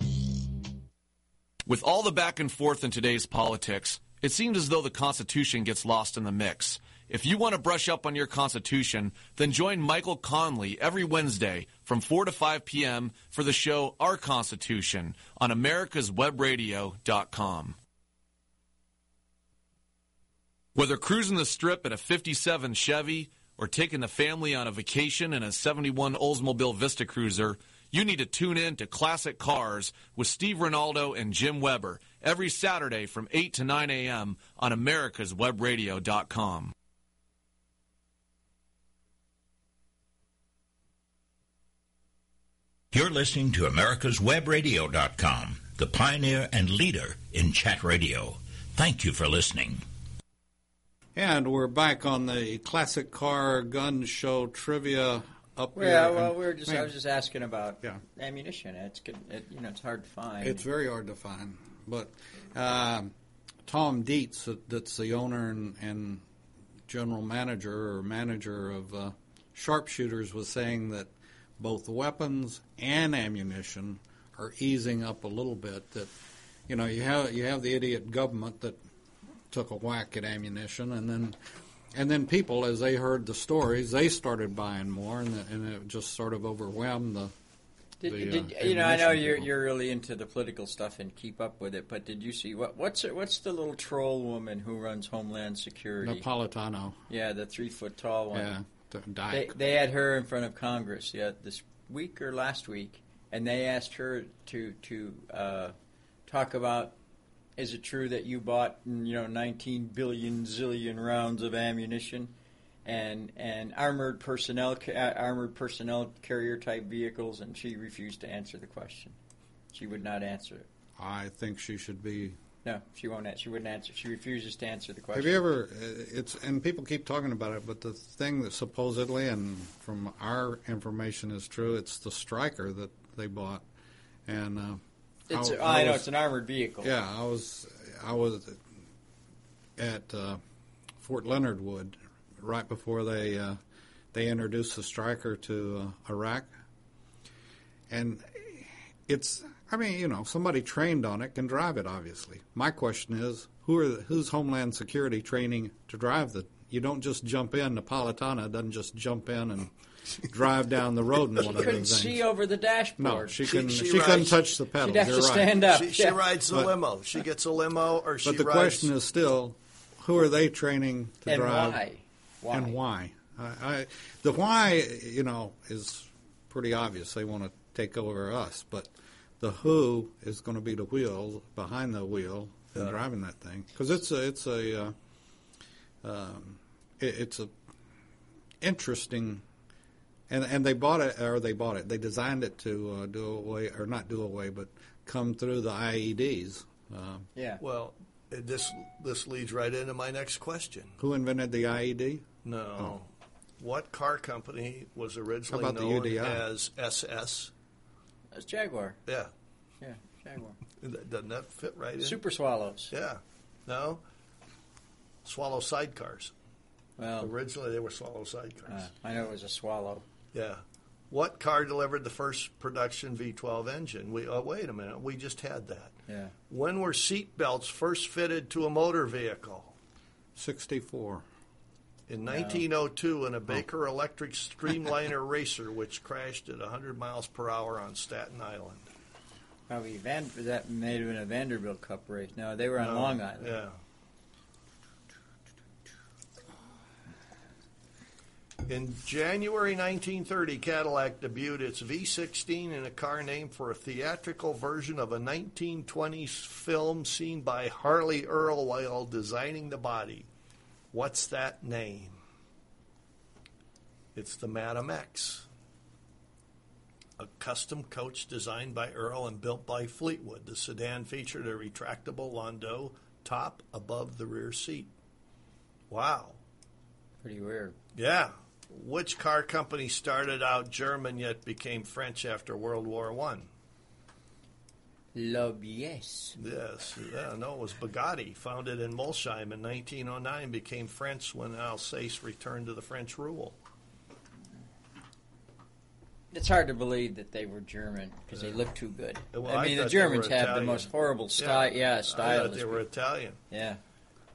Speaker 8: With all the back and forth in today's politics, it seems as though the Constitution gets lost in the mix. If you want to brush up on your Constitution, then join Michael Conley every Wednesday from 4 to 5 p.m. for the show Our Constitution on americaswebradio.com. Whether cruising the strip in a 57 Chevy or taking the family on a vacation in a 71 Oldsmobile Vista Cruiser, you need to tune in to Classic Cars with Steve Ronaldo and Jim Weber every Saturday from 8 to 9 a.m. on americaswebradio.com.
Speaker 1: You're listening to America's Webradio.com, the pioneer and leader in chat radio. Thank you for listening.
Speaker 3: And we're back on the classic car gun show trivia up
Speaker 4: Well,
Speaker 3: here.
Speaker 4: well,
Speaker 3: And-
Speaker 4: we were just, I was just asking about
Speaker 3: Yeah.
Speaker 4: ammunition. It's good, it, you know, it's hard to find.
Speaker 3: It's very hard to find, but um, Tom Dietz, that, that's the owner and, and general manager or manager of uh, sharpshooters, was saying that both weapons and ammunition are easing up a little bit. That you know you have you have the idiot government that took a whack at ammunition, and then and then people, as they heard the stories, they started buying more, and, the, and it just sort of overwhelmed the.
Speaker 4: Did,
Speaker 3: the,
Speaker 4: did,
Speaker 3: uh,
Speaker 4: you know, I know
Speaker 3: ammunition
Speaker 4: you're,
Speaker 3: people.
Speaker 4: you're really into the political stuff and keep up with it, but did you see what what's her, what's the little troll woman who runs Homeland Security?
Speaker 3: Napolitano, uh,
Speaker 4: Yeah, the three foot tall one.
Speaker 3: yeah, the
Speaker 4: They,
Speaker 3: dyke.
Speaker 4: they had her in front of Congress yeah, this week or last week, and they asked her to to uh, talk about is it true that you bought you know 19 billion zillion rounds of ammunition and and armored personnel ca- uh, armored personnel carrier type vehicles, and she refused to answer the question. She would not answer it.
Speaker 3: I think she should be
Speaker 4: No, she won't. an- She wouldn't answer. She refuses to answer the question.
Speaker 3: Have you ever? uh, It's and people keep talking about it, but the thing that supposedly and from our information is true, it's the striker that they bought, and uh,
Speaker 4: It's,
Speaker 3: I,
Speaker 4: I, know
Speaker 3: was-
Speaker 4: it's an armored vehicle.
Speaker 3: yeah, I was I was at uh, Fort Leonard Wood right before they uh, they introduced the striker to uh, Iraq, and it's I mean you know somebody trained on it can drive it obviously. My question is who are the, who's Homeland Security training to drive the you don't just jump in. Napolitana doesn't just jump in and drive down the road in one of
Speaker 4: Couldn't
Speaker 3: those things.
Speaker 4: see over the dashboard.
Speaker 3: no, she, couldn't.
Speaker 5: she
Speaker 3: She, couldn't
Speaker 5: rides-
Speaker 3: touch the pedal.
Speaker 4: She'd have
Speaker 3: You're
Speaker 4: to
Speaker 3: right.
Speaker 4: stand up.
Speaker 5: She, she
Speaker 4: yeah.
Speaker 5: rides a
Speaker 3: But-
Speaker 5: limo. She gets a limo, or she
Speaker 3: But the
Speaker 5: rides.
Speaker 3: question is still, who are they training to
Speaker 4: and
Speaker 3: drive?
Speaker 4: why? Why?
Speaker 3: And why? I, I, the why, you know, is pretty obvious. They want to take over us, but the who is going to be the wheel behind the wheel and driving that thing because it's a it's a uh, um, it, it's a interesting. And, and they bought it, or they bought it. They designed it to uh, do away, or not do away, but come through the IEDs. Uh,
Speaker 4: Yeah.
Speaker 5: Well, it- this this leads right into my next question.
Speaker 3: who invented the E IED?
Speaker 5: No, what car company was originally
Speaker 3: Oh. How about the
Speaker 5: known
Speaker 3: UDI?
Speaker 5: as SS?
Speaker 4: It's Jaguar.
Speaker 5: Yeah,
Speaker 4: Yeah, Jaguar.
Speaker 5: Th- doesn't that fit right in?
Speaker 4: Super Swallows.
Speaker 5: Yeah, no. Swallow sidecars.
Speaker 4: Well,
Speaker 5: Originally, they were swallow sidecars.
Speaker 4: uh, I know it was a swallow.
Speaker 5: Yeah. What car delivered the first production V12 engine? We oh, wait a minute. We just had that.
Speaker 4: Yeah.
Speaker 5: When were seat belts first fitted to a motor vehicle?
Speaker 3: 64.
Speaker 5: In 1902, in a Baker Electric Streamliner racer, which crashed at 100 miles per hour on Staten Island.
Speaker 4: Probably Van, that may have been a Vanderbilt Cup race. No, they were on
Speaker 5: No.
Speaker 4: Long Island.
Speaker 5: Yeah. In January 1930, Cadillac debuted its V16 in a car named for a theatrical version of a 1920s film seen by Harley Earl while designing the body. What's that name? It's the Madam X, a custom coach designed by Earl and built by Fleetwood. The sedan featured a retractable landau top above the rear seat. Wow.
Speaker 4: Pretty weird.
Speaker 5: Yeah. Which car company started out German yet became French after World War One?
Speaker 4: Lobies.
Speaker 5: Yes. Yeah, no, it was Bugatti, founded in Molsheim in 1909, became French when Alsace returned to the French rule.
Speaker 4: It's hard to believe that they were German because they look too good.
Speaker 5: Well,
Speaker 4: I
Speaker 5: I
Speaker 4: mean,
Speaker 5: thought
Speaker 4: the
Speaker 5: they
Speaker 4: Germans
Speaker 5: were
Speaker 4: have
Speaker 5: Italian.
Speaker 4: the most horrible style. Yeah,
Speaker 5: I
Speaker 4: style.
Speaker 5: thought
Speaker 4: is-
Speaker 5: they were Italian.
Speaker 4: yeah.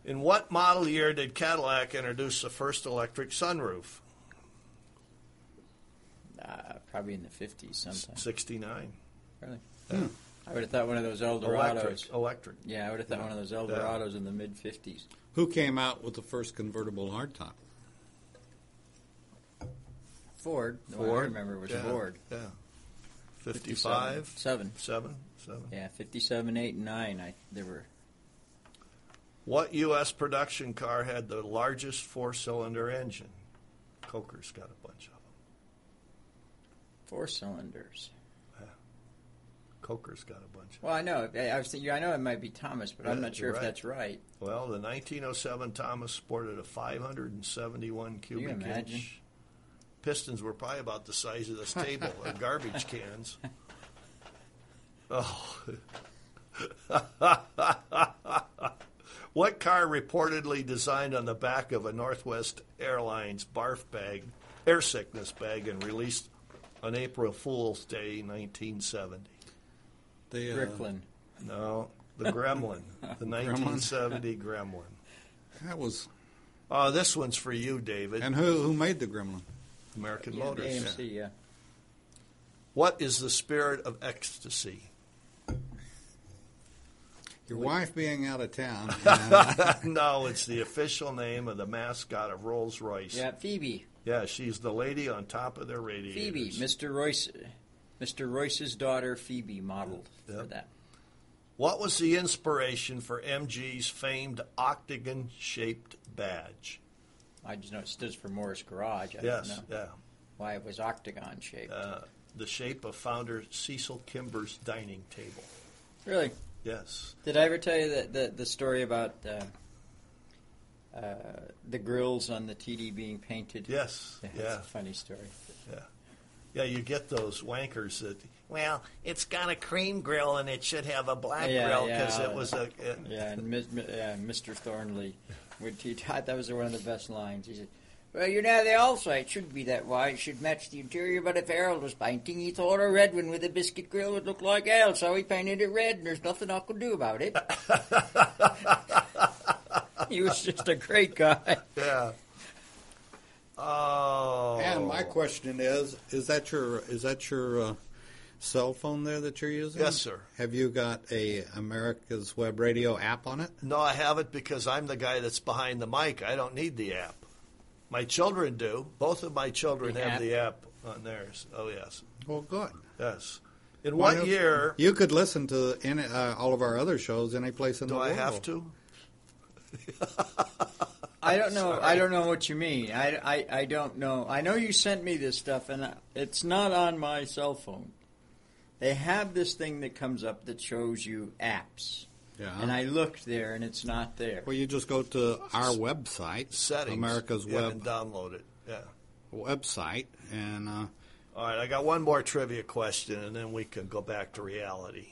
Speaker 5: In what model year did Cadillac introduce the first electric sunroof?
Speaker 4: Uh, probably in the 50s sometime.
Speaker 5: 69.
Speaker 4: Really? I would have thought one of those Eldorados.
Speaker 5: Hmm. Electric. Electric.
Speaker 4: Yeah, I would have thought one of those Eldorados in the mid 50s.
Speaker 3: Who came out with the first convertible hardtop?
Speaker 4: Ford. The one I
Speaker 5: Ford.
Speaker 4: remember was
Speaker 5: Yeah.
Speaker 4: Ford.
Speaker 5: Yeah. 55.
Speaker 4: Seven.
Speaker 5: 7. 7.
Speaker 4: Yeah, 57, 8, and 9. I, there were
Speaker 5: What U.S. production car had the largest four cylinder engine? Coker's got a bunch of them.
Speaker 4: four cylinders.
Speaker 5: Coker's got a bunch of them.
Speaker 4: Well, I know. I I was thinking, I know it might be Thomas, but I'm
Speaker 5: Yeah,
Speaker 4: not sure
Speaker 5: you're
Speaker 4: if
Speaker 5: right.
Speaker 4: that's right.
Speaker 5: Well, the 1907 Thomas sported a 571
Speaker 4: you
Speaker 5: cubic
Speaker 4: imagine?
Speaker 5: inch. Pistons were probably about the size of this table, or garbage cans. Oh. What car reportedly designed on the back of a Northwest Airlines barf bag, air sickness bag, and released on April Fool's Day, 1970?
Speaker 3: The, uh,
Speaker 4: Bricklin.
Speaker 5: No, the Gremlin, the 1970 Gremlin.
Speaker 3: That was
Speaker 5: Oh, this one's for you, David.
Speaker 3: and who who made the gremlin?
Speaker 5: American
Speaker 4: Yeah, the
Speaker 5: Motors.
Speaker 4: AMC, yeah.
Speaker 5: What is the spirit of ecstasy?
Speaker 3: Your wife being out of town. and-
Speaker 5: no, it's the official name of the mascot of Rolls Royce.
Speaker 4: Yeah, Phoebe.
Speaker 5: Yeah, she's the lady on top of their radiator.
Speaker 4: Phoebe. Mr. Royce. Mr. Royce's daughter, Phoebe, modeled for
Speaker 5: Yep.
Speaker 4: that.
Speaker 5: What was the inspiration for MG's famed octagon shaped badge?
Speaker 4: I just know it stood for Morris Garage. I
Speaker 5: Yes,
Speaker 4: don't know
Speaker 5: yeah.
Speaker 4: why it was octagon shaped.
Speaker 5: Uh, the shape of founder Cecil Kimber's dining table.
Speaker 4: really?
Speaker 5: Yes.
Speaker 4: Did I ever tell you the, the, the story about uh, uh, the grills on the TD being painted?
Speaker 5: Yes.
Speaker 4: That's
Speaker 5: Yeah.
Speaker 4: a funny story.
Speaker 5: Yeah. Yeah, you get those wankers that, well, it's got a cream grill and it should have a black
Speaker 4: Yeah,
Speaker 5: grill
Speaker 4: yeah.
Speaker 5: because it was a. It,
Speaker 4: Yeah, and Ms., Mi- uh, Mr. Thornley, would he, that was one of the best lines. He said, well, you know, they all say it should be that way. It should match the interior, but if Harold was painting, he thought a red one with a biscuit grill would look like ale, so he painted it red, and there's nothing I could do about it. he was just a great guy.
Speaker 5: yeah. Oh.
Speaker 3: and my question is: Is that your is that your uh, cell phone there that you're using?
Speaker 5: Yes, sir.
Speaker 3: Have you got a America's Web Radio app on it?
Speaker 5: No, I haven't because I'm the guy that's behind the mic. I don't need the app. My children do. Both of my children
Speaker 4: The
Speaker 5: have
Speaker 4: app?
Speaker 5: the app on theirs. Oh yes,
Speaker 3: Well, good.
Speaker 5: yes. In
Speaker 3: Why
Speaker 5: what
Speaker 3: don't-
Speaker 5: year
Speaker 3: You could listen to any, uh, all of our other shows any place in
Speaker 5: do
Speaker 3: the
Speaker 5: I
Speaker 3: world.
Speaker 5: have to?
Speaker 4: I don't know. I don't know what you mean. I, I, I don't know. I know you sent me this stuff, and I- it's not on my cell phone. They have this thing that comes up that shows you apps,
Speaker 3: Yeah.
Speaker 4: and I looked there, and it's not there.
Speaker 3: well, you just go to our website,
Speaker 5: Settings.
Speaker 3: America's
Speaker 5: yeah,
Speaker 3: Web
Speaker 5: and download it. Yeah.
Speaker 3: website, and uh,
Speaker 5: All right. I got one more trivia question, and then we can go back to reality.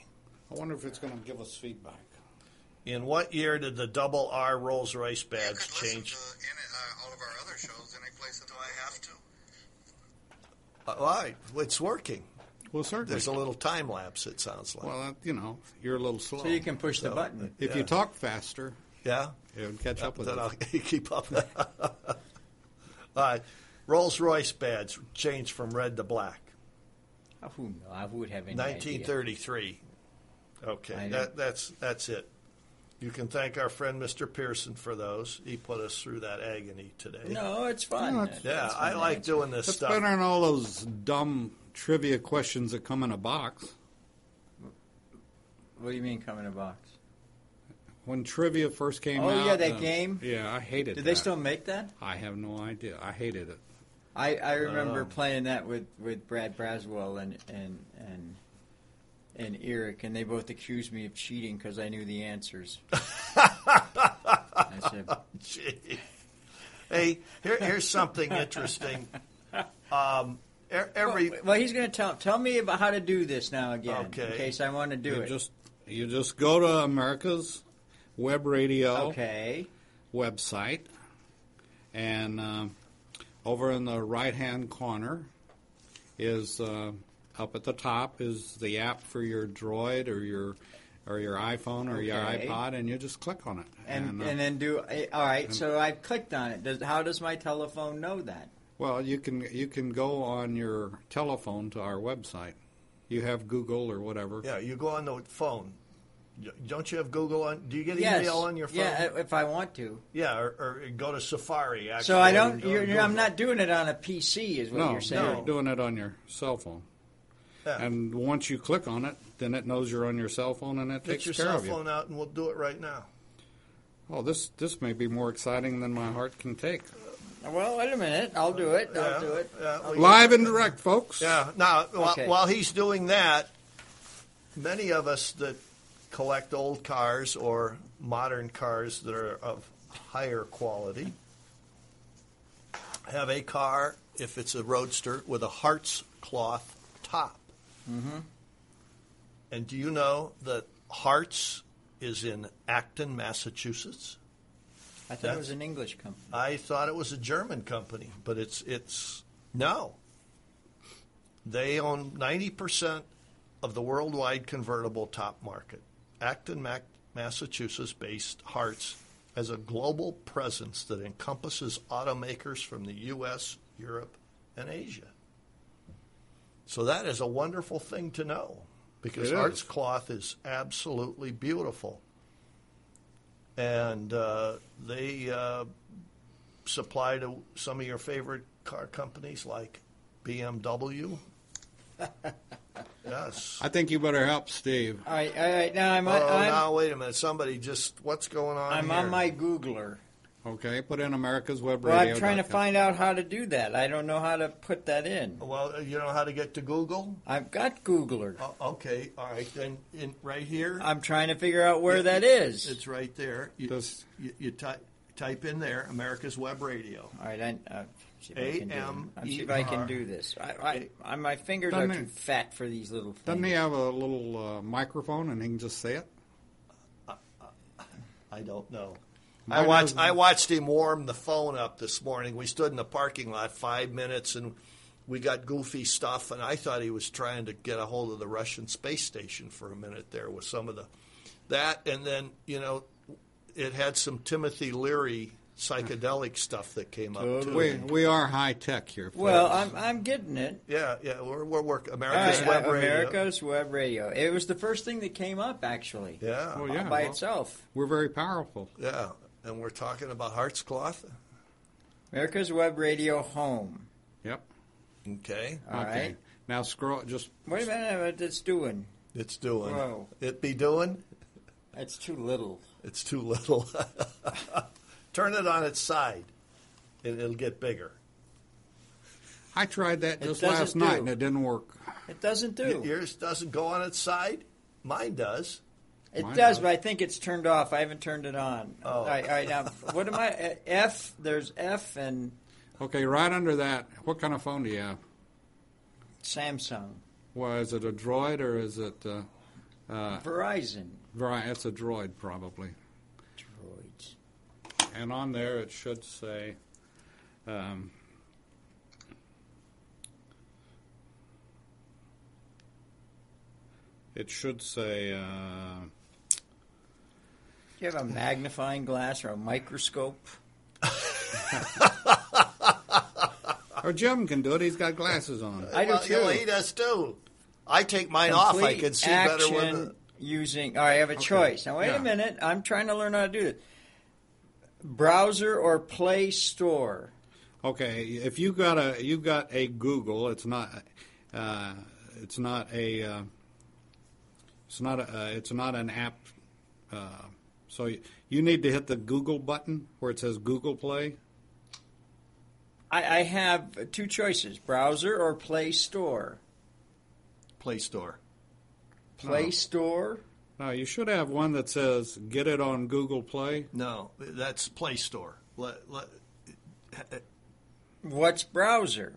Speaker 3: I wonder if it's going to give us feedback.
Speaker 5: In what year did the double R Rolls Royce badge change? Uh, All right, it's working.
Speaker 3: Well, certainly.
Speaker 5: There's a little time lapse. It sounds like.
Speaker 3: well, uh, you know, you're a little slow.
Speaker 4: So you can push the button.
Speaker 3: if you
Speaker 5: Yeah.
Speaker 3: talk faster,
Speaker 5: yeah.
Speaker 3: it would catch up with
Speaker 5: Then I'll
Speaker 3: us.
Speaker 5: keep up. All right. Rolls Royce badge changed from red to black.
Speaker 4: Oh, Who knows? I would have any idea.
Speaker 5: 1933.
Speaker 4: I know.
Speaker 5: Okay, that, that's that's it. You can thank our friend Mr. Pearson for those. He put us through that agony today.
Speaker 4: No, it's fun.
Speaker 3: No, it's-
Speaker 5: Yeah,
Speaker 4: It's fun
Speaker 5: I
Speaker 4: to
Speaker 5: like
Speaker 4: answer.
Speaker 5: doing this
Speaker 3: That's
Speaker 5: stuff.
Speaker 3: better than all those dumb trivia questions that come in a box.
Speaker 4: What do you mean, come in a box?
Speaker 3: When trivia first came
Speaker 4: Oh,
Speaker 3: out.
Speaker 4: yeah, that
Speaker 3: uh,
Speaker 4: game?
Speaker 3: Yeah, I hated
Speaker 4: Did they
Speaker 3: that.
Speaker 4: still make that?
Speaker 3: I have no idea. I hated it.
Speaker 4: I,
Speaker 5: Uh,
Speaker 4: I remember playing that with, with Brad Braswell and and and and Eric, and they both accused me of cheating because I knew the answers. I said,
Speaker 5: Gee. Hey, here, here's something interesting. Um, e- every
Speaker 4: "Well, he's going to tell tell me about how to do this now again, in
Speaker 5: Okay.
Speaker 4: case I want to do
Speaker 3: you
Speaker 4: it."
Speaker 3: just you just go to America's Web Radio
Speaker 4: okay,
Speaker 3: website, and um over in the right hand corner is uh, up at the top is the app for your Droid or your or your iPhone or your
Speaker 4: Okay.
Speaker 3: iPod, and you just click on it.
Speaker 4: and
Speaker 3: uh,
Speaker 4: and then do eh, all right. so I clicked on it. Does, how does my telephone know that?
Speaker 3: well, you can you can go on your telephone to our website. You have Google or whatever.
Speaker 5: yeah, you go on the phone. Y- Don't you have Google on? Do you get
Speaker 4: Yes,
Speaker 5: email on your phone?
Speaker 4: yeah, if I want to.
Speaker 5: Yeah, or, or go to Safari. Actually,
Speaker 4: So I don't.
Speaker 5: and go
Speaker 4: You're,
Speaker 5: to
Speaker 4: you're, I'm
Speaker 5: Google.
Speaker 4: not doing it on a PC, is what
Speaker 3: No,
Speaker 4: you're saying.
Speaker 3: you're doing it on your cell phone.
Speaker 5: Yeah.
Speaker 3: And once you click on it, then it knows you're on your cell phone and it
Speaker 5: Get
Speaker 3: takes
Speaker 5: your
Speaker 3: care
Speaker 5: cell
Speaker 3: of you.
Speaker 5: phone out, and we'll do it right now.
Speaker 3: Oh, this this may be more exciting than my heart can take.
Speaker 4: Well, wait a minute. I'll do it. I'll do it.
Speaker 5: Yeah, we-
Speaker 3: Live and direct, folks.
Speaker 5: Yeah. Now, while,
Speaker 4: Okay.
Speaker 5: while he's doing that, many of us that collect old cars or modern cars that are of higher quality have a car, if it's a roadster, with a hearts cloth top. Mm-hmm. And do you know that hearts is in Acton, Massachusetts.
Speaker 4: I thought it was an English company.
Speaker 5: I thought it was a German company, but it's it's no. They own ninety percent of the worldwide convertible top market. Acton, Mac- Massachusetts-based Hearts has a global presence that encompasses automakers from the U.S., Europe, and Asia. So that is a wonderful thing to know because
Speaker 9: It is.
Speaker 5: Hearts cloth is absolutely beautiful and uh, they uh, supply to some of your favorite car companies like BMW. yes.
Speaker 3: I think you better help Steve.
Speaker 4: All right, all right. Now I'm,
Speaker 5: Oh,
Speaker 4: on I'm,
Speaker 5: now wait a minute. Somebody just what's going on?
Speaker 4: I'm
Speaker 5: here?
Speaker 4: on my Googler.
Speaker 3: Okay, put in America's Web
Speaker 4: Well,
Speaker 3: Radio.
Speaker 4: I'm trying to find out how to do that. I don't know how to put that in.
Speaker 5: Well, you know how to get to Google?
Speaker 4: I've got Googler.
Speaker 5: Oh, okay, all right. Then in right here.
Speaker 4: I'm trying to figure out where that is.
Speaker 5: It's right there. You,
Speaker 3: Does-
Speaker 5: you, you type type in there America's Web Radio.
Speaker 4: All right, I, uh, see if I can do
Speaker 5: A.M.
Speaker 4: it. I'll see if I can do this. I, I, I, my fingers are
Speaker 3: Doesn't
Speaker 4: too
Speaker 3: it-
Speaker 4: fat for these little things.
Speaker 3: Doesn't he have a little uh, microphone and he can just say it?
Speaker 5: I don't know. I
Speaker 3: Mine
Speaker 5: watched
Speaker 3: doesn't.
Speaker 5: I watched him warm the phone up this morning. We stood in the parking lot five minutes and we got goofy stuff and I thought he was trying to get a hold of the Russian space station for a minute there with some of the that and then, you know, it had some Timothy Leary psychedelic stuff that came up too.
Speaker 3: We, we are high tech here. folks.
Speaker 4: well, I'm, I'm getting it.
Speaker 5: Yeah, yeah, we're we're working
Speaker 4: All
Speaker 5: America's
Speaker 4: right,
Speaker 5: Web
Speaker 4: uh,
Speaker 5: Radio.
Speaker 4: America's Web Radio. It was the first thing that came up, actually,
Speaker 5: Yeah.
Speaker 3: Well, yeah,
Speaker 4: by
Speaker 3: well,
Speaker 4: itself.
Speaker 3: We're very powerful.
Speaker 5: Yeah. And we're talking about Hearts Cloth.
Speaker 4: America's Web Radio Home.
Speaker 3: Yep.
Speaker 5: Okay.
Speaker 4: All right.
Speaker 3: okay. Now scroll. Just
Speaker 4: Wait a minute, what it's doing?
Speaker 5: It's doing.
Speaker 4: Whoa.
Speaker 5: It be doing?
Speaker 4: It's too little.
Speaker 5: It's too little. Turn it on its side, and it'll get bigger.
Speaker 3: I tried that
Speaker 4: It
Speaker 3: just
Speaker 4: doesn't
Speaker 3: last night
Speaker 4: do.
Speaker 3: and it didn't work.
Speaker 4: It doesn't do.
Speaker 5: Yours doesn't go on its side. Mine does.
Speaker 4: It
Speaker 3: Mine
Speaker 4: does,
Speaker 3: does.
Speaker 4: but I think it's turned off. I haven't turned it on.
Speaker 5: Oh.
Speaker 4: All right, all right, now, what am I? uh, F, there's F and
Speaker 3: Okay, right under that. What kind of phone do you have?
Speaker 4: Samsung.
Speaker 3: Well, is it a Droid or is it? Uh,
Speaker 4: Verizon.
Speaker 3: Right, it's a droid probably.
Speaker 4: Droids.
Speaker 3: And on there it should say, um, it should say, uh,
Speaker 4: Do you have a magnifying glass or a microscope?
Speaker 3: or Jim can do it. He's got glasses on.
Speaker 4: I do
Speaker 5: well,
Speaker 4: too.
Speaker 5: yeah, well, he does too. I take mine off. I
Speaker 4: Complete
Speaker 5: can see better
Speaker 4: action
Speaker 5: with it.
Speaker 4: using. All right, I have a choice. Now wait
Speaker 3: Yeah.
Speaker 4: a minute. I'm trying to learn how to do this. Browser or Play Store.
Speaker 3: Okay, if you got a you got a Google, it's not, uh, it's not a, uh, it's not a, uh, it's not an app. Uh, so you, you need to hit the Google button where it says Google Play.
Speaker 4: I, I have two choices: browser or Play Store.
Speaker 5: Play Store.
Speaker 4: Play
Speaker 5: Oh.
Speaker 3: No.
Speaker 4: Store.
Speaker 3: Now you should have one that says "Get it on Google Play."
Speaker 5: No, that's Play Store. Let, let,
Speaker 4: What's browser?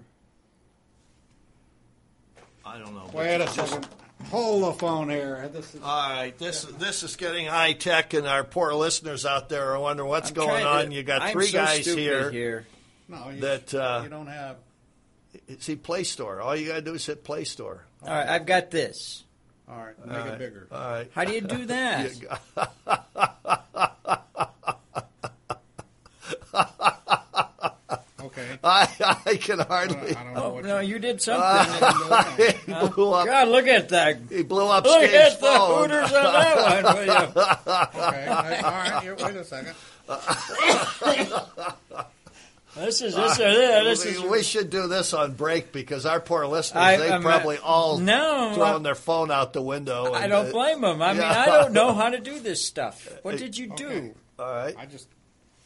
Speaker 5: I don't know.
Speaker 3: Wait a second. Hold the phone here. This is,
Speaker 5: All right, this this is getting high tech, and our poor listeners out there are wondering what's
Speaker 4: I'm
Speaker 5: going
Speaker 4: trying
Speaker 5: on.
Speaker 4: to-
Speaker 5: you got
Speaker 4: I'm
Speaker 5: three
Speaker 4: so
Speaker 5: guys
Speaker 4: stupid
Speaker 5: here.
Speaker 4: here.
Speaker 3: no, you,
Speaker 5: that, uh,
Speaker 3: you don't have.
Speaker 5: See, Play Store. All you got to do is hit Play Store.
Speaker 4: All right, I've got this.
Speaker 3: All right, make it bigger.
Speaker 5: All right. Uh,
Speaker 4: How do you do that?
Speaker 3: okay.
Speaker 5: uh, I, I can hardly.
Speaker 3: I don't know
Speaker 4: oh
Speaker 3: what
Speaker 4: no,
Speaker 3: you,
Speaker 4: you did something.
Speaker 5: he blew up.
Speaker 4: God, look at that.
Speaker 5: He blew up
Speaker 4: Look
Speaker 5: Steve's
Speaker 4: at the
Speaker 5: phone.
Speaker 4: Hooters on that one, will you?
Speaker 3: okay. All right, here, wait a second.
Speaker 4: This is this is this
Speaker 5: we,
Speaker 4: is.
Speaker 5: we should do this on break because our poor listeners,
Speaker 4: I-
Speaker 5: they
Speaker 4: I'm not-
Speaker 5: probably all
Speaker 4: No,
Speaker 5: thrown
Speaker 4: I-
Speaker 5: their phone out the window.
Speaker 4: I
Speaker 5: and,
Speaker 4: don't
Speaker 5: uh,
Speaker 4: blame them. I mean,
Speaker 5: Yeah.
Speaker 4: I don't know how to do this stuff. What did you do?
Speaker 3: Okay.
Speaker 5: All right.
Speaker 3: I just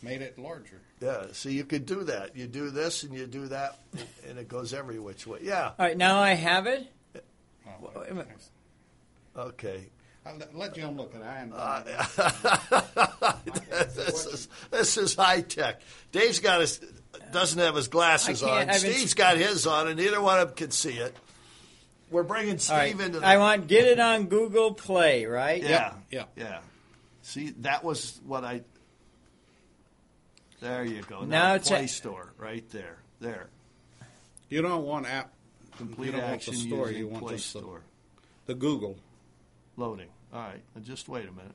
Speaker 3: made it larger.
Speaker 5: Yeah. So you could do that. You do this and you do that, and it goes every which way. Yeah.
Speaker 4: All right, now I have it.
Speaker 3: Oh,
Speaker 4: wait a minute.
Speaker 5: Okay.
Speaker 3: I'll let- let Jim look at it. I am
Speaker 5: Uh, this is this is high tech. Dave's got his doesn't have his glasses
Speaker 4: I can't-
Speaker 5: on.
Speaker 4: I've been-
Speaker 5: Steve's got his on, and neither one of them can see it. We're bringing Steve
Speaker 4: All right,
Speaker 5: into the
Speaker 4: I want get it on Google Play, right?
Speaker 5: yeah
Speaker 3: Yeah.
Speaker 5: yeah. See, that was what I. There you go.
Speaker 4: Now
Speaker 5: Now,
Speaker 4: it's a-
Speaker 5: Play Store, right there. There.
Speaker 3: You don't want app.
Speaker 5: Complete
Speaker 3: you don't
Speaker 5: action
Speaker 3: want the store.
Speaker 5: using
Speaker 3: You want
Speaker 5: Play
Speaker 3: the, s-
Speaker 5: Store.
Speaker 3: the Google.
Speaker 5: Loading. All right. Now just wait a minute.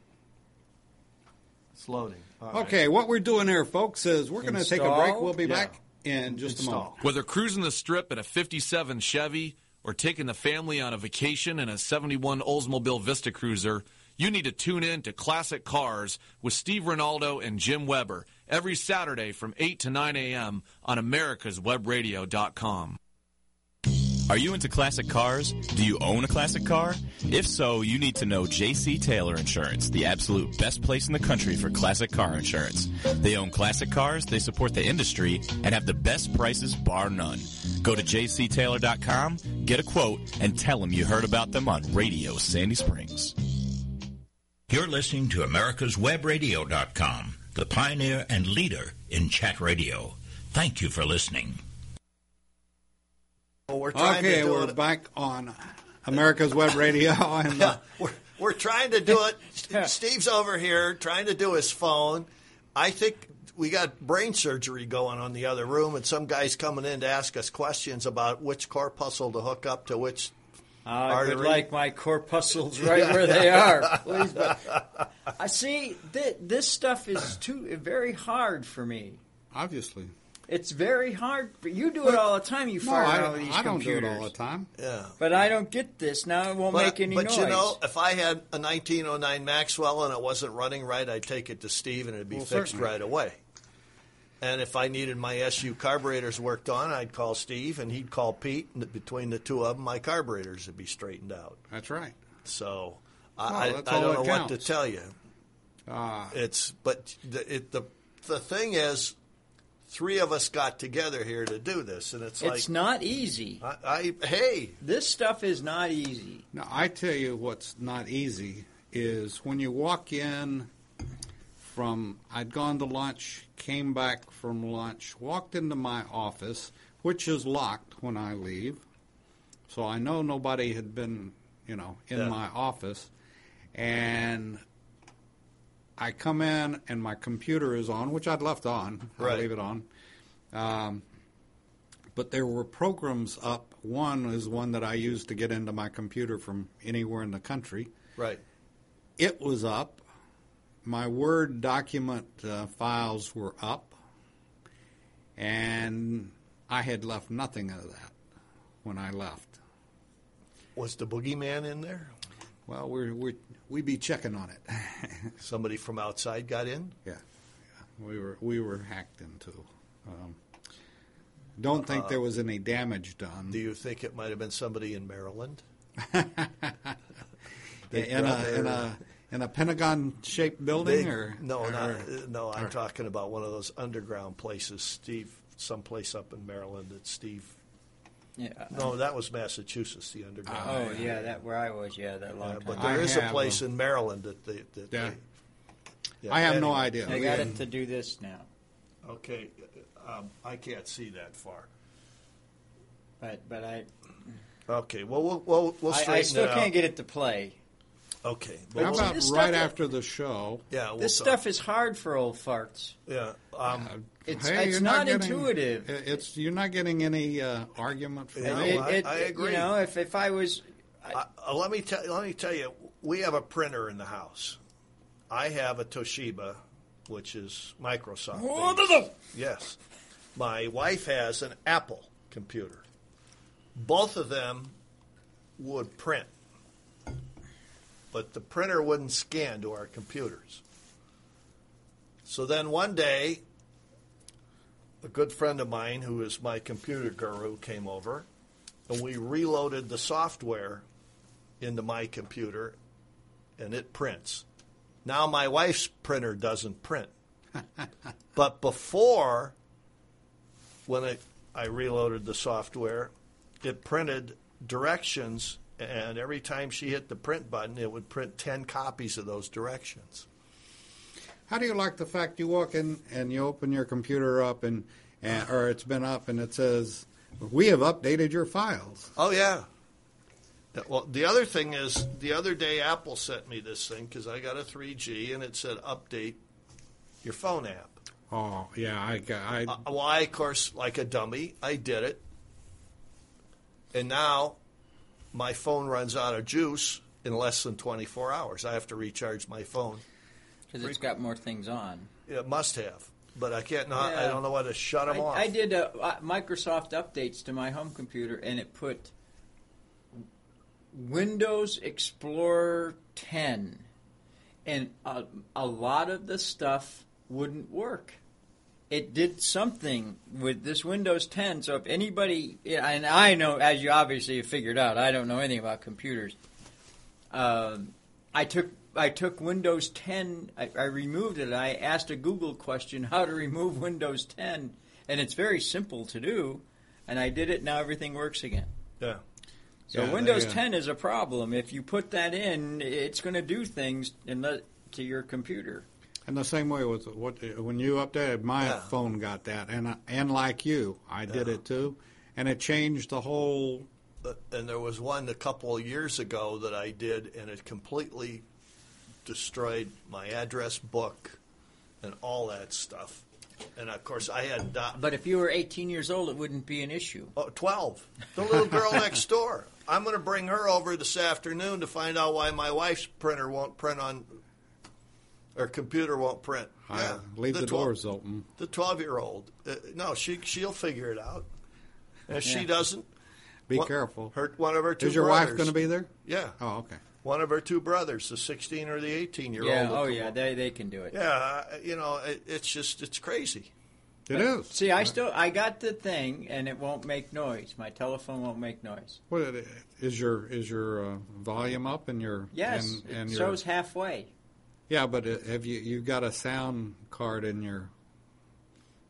Speaker 5: It's loading. All right.
Speaker 3: Okay, what we're doing here, folks, is we're going to take a break.
Speaker 4: Install?
Speaker 3: We'll be
Speaker 5: Yeah.
Speaker 3: back in just a moment.
Speaker 5: Install.
Speaker 8: Whether cruising the strip in a 57 Chevy or taking the family on a vacation in a 71 Oldsmobile Vista Cruiser, you need to tune in to Classic Cars with Steve Ronaldo and Jim Weber every Saturday from 8 to 9 a.m. on americaswebradio.com.
Speaker 6: Are you into classic cars? Do you own a classic car? If so, you need to know JC Taylor Insurance, the absolute best place in the country for classic car insurance. They own classic cars, they support the industry, and have the best prices bar none. Go to jctaylor.com, get a quote, and tell them you heard about them on Radio Sandy Springs.
Speaker 1: You're listening to americaswebradio.com, the pioneer and leader in chat radio. Thank you for listening.
Speaker 5: Well, we're trying
Speaker 3: Okay,
Speaker 5: to do
Speaker 3: we're
Speaker 5: it.
Speaker 3: back on America's Web Radio, and uh,
Speaker 5: We're, we're trying to do it. Steve's over here trying to do his phone. I think we got brain surgery going on the other room, and some guy's coming in to ask us questions about which corpuscle to hook up to which
Speaker 4: I
Speaker 5: artery.
Speaker 4: would like my corpuscles right where they are, please. But I see th- this stuff is too very hard for me.
Speaker 3: obviously,
Speaker 4: It's very hard. for you do it all the time. You
Speaker 3: no,
Speaker 4: fire
Speaker 3: I,
Speaker 4: out of these
Speaker 3: I don't do
Speaker 4: computers.
Speaker 3: it all the time.
Speaker 4: But I don't get this now. It won't make any
Speaker 5: but
Speaker 4: noise.
Speaker 5: you know, if I had a 1909 Maxwell and it wasn't running right, I'd take it to Steve and it'd be
Speaker 3: Well,
Speaker 5: fixed
Speaker 3: certainly.
Speaker 5: right away. And if I needed my SU carburetors worked on, I'd call Steve and he'd call Pete, and between the two of them, my carburetors would be straightened out.
Speaker 3: That's right.
Speaker 5: So
Speaker 3: Well,
Speaker 5: I, I, I
Speaker 3: that's all
Speaker 5: don't know
Speaker 3: that
Speaker 5: what to
Speaker 3: counts. Ah.
Speaker 5: tell you. it's but the, it, the the thing is, three of us got together here to do this, and it's,
Speaker 4: it's
Speaker 5: like
Speaker 4: not easy.
Speaker 5: I, I hey
Speaker 4: This stuff is not easy.
Speaker 3: Now, I tell you what's not easy is when you walk in from, I'd gone to lunch, came back from lunch, walked into my office, which is locked when I leave. So I know nobody had been, you know, in
Speaker 5: Yeah.
Speaker 3: my office. And I come in and my computer is on, which I'd left on.
Speaker 5: Right.
Speaker 3: I leave it on. Um, but there were programs up. One is one that I used to get into my computer from anywhere in the country.
Speaker 5: right
Speaker 3: It was up. My Word document uh, files were up. And I had left nothing of that when I left.
Speaker 5: was the boogeyman in there?
Speaker 3: Well, we're, we're, we be checking on it.
Speaker 5: Somebody from outside got in.
Speaker 3: Yeah, yeah. we were we were hacked into. Um, don't think there was any damage done.
Speaker 5: Do you think it might have been somebody in Maryland?
Speaker 3: in a in a in a Pentagon shaped building
Speaker 5: Big-
Speaker 3: or
Speaker 5: no,
Speaker 3: or,
Speaker 5: not, uh, no. I'm talking about one of those underground places, Steve, someplace up in Maryland that Steve.
Speaker 4: Yeah.
Speaker 5: No, that was Massachusetts. The underground.
Speaker 4: Oh yeah, that where I was. Yeah, that long
Speaker 5: Yeah,
Speaker 4: time.
Speaker 5: but
Speaker 3: I
Speaker 5: there is a
Speaker 3: have
Speaker 5: place
Speaker 3: a-
Speaker 5: in Maryland that they. That
Speaker 3: Yeah.
Speaker 5: they- yeah,
Speaker 3: I have no
Speaker 5: anyway.
Speaker 3: idea.
Speaker 4: They
Speaker 3: We
Speaker 4: got
Speaker 3: had-
Speaker 4: it to do this now,
Speaker 5: Okay, um, I can't see that far.
Speaker 4: but but I
Speaker 5: Okay, well we'll we'll, we'll
Speaker 4: I,
Speaker 5: straighten
Speaker 4: I still
Speaker 5: it out.
Speaker 4: can't get it to play.
Speaker 5: Okay, but
Speaker 3: How
Speaker 5: we'll-
Speaker 3: about
Speaker 4: this
Speaker 3: right
Speaker 4: stuff-
Speaker 3: after the show?
Speaker 5: yeah, we'll
Speaker 4: This
Speaker 5: talk.
Speaker 4: stuff is hard for old farts.
Speaker 5: yeah. Um,
Speaker 4: It's
Speaker 3: Hey,
Speaker 4: it's
Speaker 3: you're
Speaker 4: not,
Speaker 3: getting-
Speaker 4: intuitive.
Speaker 3: i- It's you're not getting any uh, argument from
Speaker 5: No,
Speaker 3: me.
Speaker 5: I- I agree.
Speaker 4: You know, if if I was
Speaker 5: I, uh, let me tell let me tell you, we have a printer in the house. I have a Toshiba, which is Microsoft. based. Yes, my wife has an Apple computer. Both of them would print, but the printer wouldn't scan to our computers. So then one day, a good friend of mine who is my computer guru came over and we reloaded the software into my computer and it prints. Now my wife's printer doesn't print. but before, when I, I reloaded the software, it printed directions, and every time she hit the print button, it would print 10 copies of those directions.
Speaker 3: How do you like the fact you walk in and you open your computer up and, and or it's been up and it says we have updated your files.
Speaker 5: Oh, yeah. Well, the other thing is, the other day Apple sent me this thing because I got a 3G and it said update your phone app.
Speaker 3: Oh yeah, I got. I,
Speaker 5: Uh, well, I, of course, like a dummy, I did it. And now my phone runs out of juice in less than 24 hours. I have to recharge my phone.
Speaker 4: because it's got more things on.
Speaker 5: It must have, but I can't. Not, I
Speaker 4: Yeah.
Speaker 5: don't know how to shut them
Speaker 4: I,
Speaker 5: off.
Speaker 4: I did uh, uh, Microsoft updates to my home computer, and it put Windows Explorer 10, and a, a lot of the stuff wouldn't work. It did something with this Windows 10. So if anybody, yeah, and I know, as you obviously have figured out, I don't know anything about computers. Um I took I took Windows 10. I, I removed it. I asked a Google question how to remove Windows 10, and it's very simple to do. And I did it. Now everything works again.
Speaker 5: Yeah.
Speaker 3: Yeah,
Speaker 4: So
Speaker 3: there
Speaker 4: Windows
Speaker 3: you go.
Speaker 4: 10 is a problem. If you put that in, it's going to do things in the, to your computer.
Speaker 3: And the same way with what when you updated my
Speaker 5: Yeah.
Speaker 3: phone got that, and I, and like you, I did it too, and it changed the whole.
Speaker 5: But- and there was one a couple of years ago that I did, and it completely destroyed my address book and all that stuff. And of course, I had not.
Speaker 4: But if you were 18 years old, it wouldn't be an issue.
Speaker 5: Oh, 12. The little girl next door. I'm going to bring her over this afternoon to find out why my wife's printer won't print on, or computer won't print.
Speaker 3: I uh, leave the,
Speaker 5: 12
Speaker 3: doors open.
Speaker 5: The 12 year old. Uh, no, she, she'll figure it out. And if she doesn't,
Speaker 3: Be
Speaker 5: one-
Speaker 3: careful.
Speaker 5: Her, one of her two
Speaker 3: Is your wife
Speaker 5: brothers.
Speaker 3: going to be there?
Speaker 5: Yeah.
Speaker 3: Oh, okay.
Speaker 5: One of her two brothers, the 16 or the 18 year
Speaker 4: Yeah.
Speaker 5: old.
Speaker 4: Oh yeah. They they can do it.
Speaker 5: Yeah, I- you know, it, it's just, it's crazy.
Speaker 3: It is.
Speaker 4: See, I still I got the thing, and it won't make noise. My telephone won't make noise.
Speaker 3: What it, is your is your uh, volume up and your
Speaker 4: Yes,
Speaker 3: and, and
Speaker 4: it
Speaker 3: your,
Speaker 4: shows halfway.
Speaker 3: yeah, but uh, have you you got a sound card in your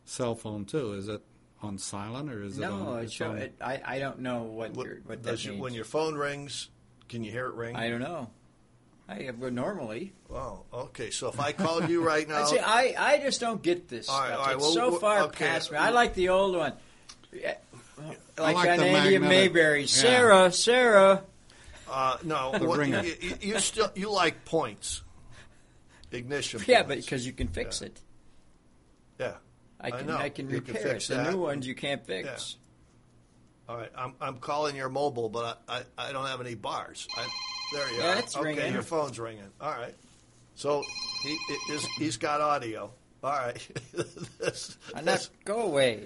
Speaker 3: cell phone too? Is it on silent or is it on?
Speaker 4: No, it
Speaker 3: it's
Speaker 4: show,
Speaker 3: on-
Speaker 4: it, I I don't know what
Speaker 5: What,
Speaker 4: your, what that
Speaker 5: does
Speaker 4: means.
Speaker 5: you, when your phone rings, can you hear it ring?
Speaker 4: I don't know. I have well, normally.
Speaker 5: Wow. Okay. So if I called you right now,
Speaker 4: See, I I just don't get this
Speaker 5: All right,
Speaker 4: stuff.
Speaker 5: all right,
Speaker 4: it's
Speaker 5: well,
Speaker 4: so
Speaker 5: well,
Speaker 4: far
Speaker 5: okay.
Speaker 4: past me. I like the old one, Yeah, like,
Speaker 3: like
Speaker 4: on
Speaker 3: the
Speaker 4: Andy and
Speaker 3: magnetic-
Speaker 4: Mayberry.
Speaker 3: yeah.
Speaker 4: Sarah, Sarah.
Speaker 5: uh, no, what,
Speaker 3: ringer.
Speaker 5: you, you, you still you like points, ignition.
Speaker 4: Yeah, but
Speaker 5: points.
Speaker 4: because you can fix it.
Speaker 5: yeah,
Speaker 4: I can
Speaker 5: know.
Speaker 4: I can
Speaker 5: You
Speaker 4: repair
Speaker 5: fix
Speaker 4: it. The
Speaker 5: that.
Speaker 4: new ones you can't fix.
Speaker 5: All right, I'm I'm calling your mobile, but I, I, I don't have any bars. I, there you
Speaker 4: Yeah,
Speaker 5: are.
Speaker 4: it's
Speaker 5: okay,
Speaker 4: ringing.
Speaker 5: your phone's ringing. All right. So he it is he's got audio. All right. this,
Speaker 4: Enough. Go away.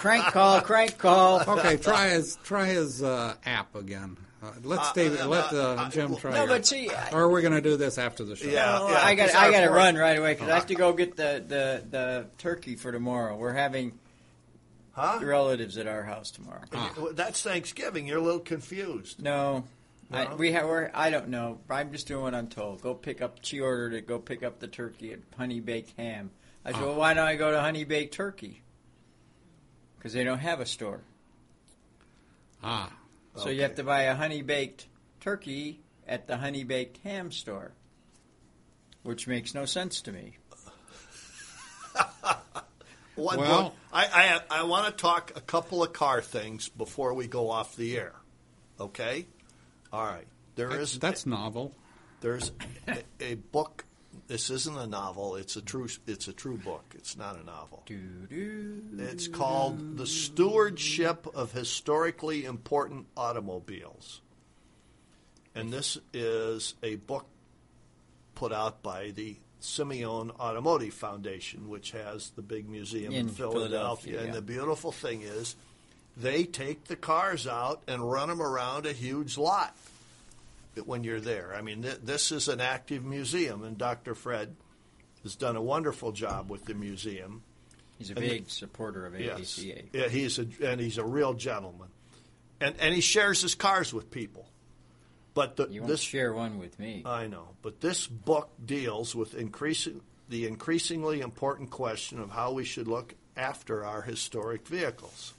Speaker 4: crank call. Crank call.
Speaker 3: okay, try his try his uh, app again. Uh, let's David,
Speaker 5: uh,
Speaker 3: let uh,
Speaker 5: uh,
Speaker 3: Jim
Speaker 5: well-
Speaker 3: try.
Speaker 4: No,
Speaker 3: your-
Speaker 4: but see, I-
Speaker 3: or we're going to do this after the show.
Speaker 5: Uh, Yeah.
Speaker 4: No, I got
Speaker 5: 'cause
Speaker 4: I
Speaker 5: our
Speaker 4: got to
Speaker 5: pork-
Speaker 4: run right away because I have to go get the, the, the turkey for tomorrow. We're having
Speaker 5: Huh?
Speaker 4: relatives at our house tomorrow.
Speaker 5: Well, That's Thanksgiving. You're a little confused.
Speaker 4: No, I,
Speaker 5: No?
Speaker 4: we have. We're, I don't know. I'm just doing what I'm told. Go pick up. She ordered it. Go pick up the turkey at Honey Baked Ham. I said, well, why don't I go to Honey Baked Turkey? Because they don't have a store,
Speaker 3: Ah,
Speaker 4: so you have to buy a honey baked turkey at the Honey Baked Ham store, which makes no sense to me.
Speaker 5: One,
Speaker 3: Well-
Speaker 5: one- I, I, I want to talk a couple of car things before we go off the air. Okay? All right. There
Speaker 3: that's,
Speaker 5: is
Speaker 3: that's novel.
Speaker 5: there's a, a book. This isn't a novel. It's a true it's a true book. It's not a novel. It's called The Stewardship of Historically Important Automobiles. And this is a book put out by the Simeon Automotive Foundation, which has the big museum in,
Speaker 4: In
Speaker 5: Philadelphia.
Speaker 4: Philadelphia,
Speaker 5: And
Speaker 4: yeah.
Speaker 5: the beautiful thing is, they take the cars out and run them around a huge lot when you're there. I mean, th- this is an active museum, and Dr. Fred has done a wonderful job with the museum.
Speaker 4: He's a big supporter of
Speaker 5: Yes.
Speaker 4: AACA.
Speaker 5: Yeah, he's a, and he's a real gentleman, and and he shares his cars with people. But the,
Speaker 4: You won't
Speaker 5: this Uh,
Speaker 4: share one with me.
Speaker 5: I know, but this book deals with increasing the increasingly important question of how we should look after our historic vehicles.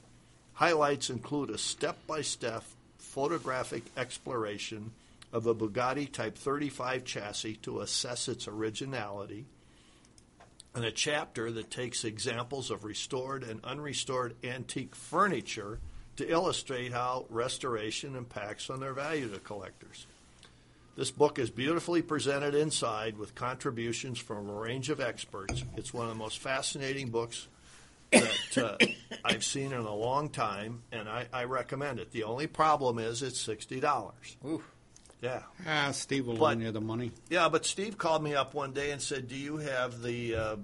Speaker 5: Highlights include a step-by-step photographic exploration of a Bugatti Type 35 chassis to assess its originality, and a chapter that takes examples of restored and unrestored antique furniture to illustrate how restoration impacts on their value to collectors. This book is beautifully presented inside with contributions from a range of experts. It's one of the most fascinating books that uh, I've seen in a long time, and I, I recommend it. The only problem is it's sixty dollars. Yeah,
Speaker 3: Ah, Steve will
Speaker 5: But-
Speaker 3: loan you the money.
Speaker 5: yeah. But Steve called me up one day and said, "Do you have the uh,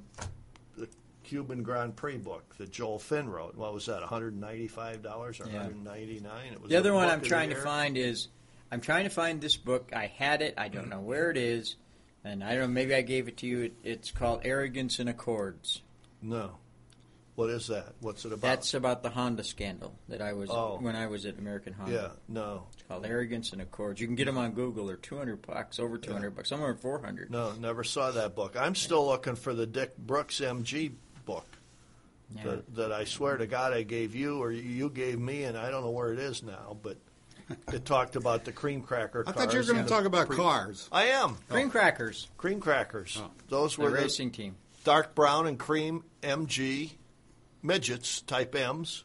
Speaker 5: the Cuban Grand Prix book that Joel Finn wrote? What was that? One hundred ninety-five dollars or one
Speaker 4: Yeah.
Speaker 5: hundred ninety-nine? It was
Speaker 4: The other one
Speaker 5: book
Speaker 4: I'm
Speaker 5: of the
Speaker 4: trying to
Speaker 5: year.
Speaker 4: find is I'm trying to find this book. I had it. I don't know where it is, and I don't know. Maybe I gave it to you. It, it's called Arrogance and Accords.
Speaker 5: No, what is that? What's it about?
Speaker 4: That's uh, about the Honda scandal that I was
Speaker 5: Oh.
Speaker 4: when I was at American Honda.
Speaker 5: yeah, no,
Speaker 4: It's called Arrogance and Accords. You can get them on Google. They're 200 bucks, over 200 bucks, somewhere 400.
Speaker 5: no, never saw that book. I'm still looking for the Dick Brooks MG book.
Speaker 4: Yeah.
Speaker 5: that, that I swear to God I gave you or you gave me, and I don't know where it is now, but it talked about the cream cracker
Speaker 3: I
Speaker 5: cars.
Speaker 3: thought you were going
Speaker 5: and
Speaker 3: to
Speaker 5: the
Speaker 3: talk about
Speaker 5: pre-
Speaker 3: cars.
Speaker 5: I am.
Speaker 4: Cream crackers,
Speaker 5: Cream crackers. Those
Speaker 4: Oh. the
Speaker 5: were Oh. the
Speaker 4: racing team.
Speaker 5: dark brown and cream MG midgets, type M's,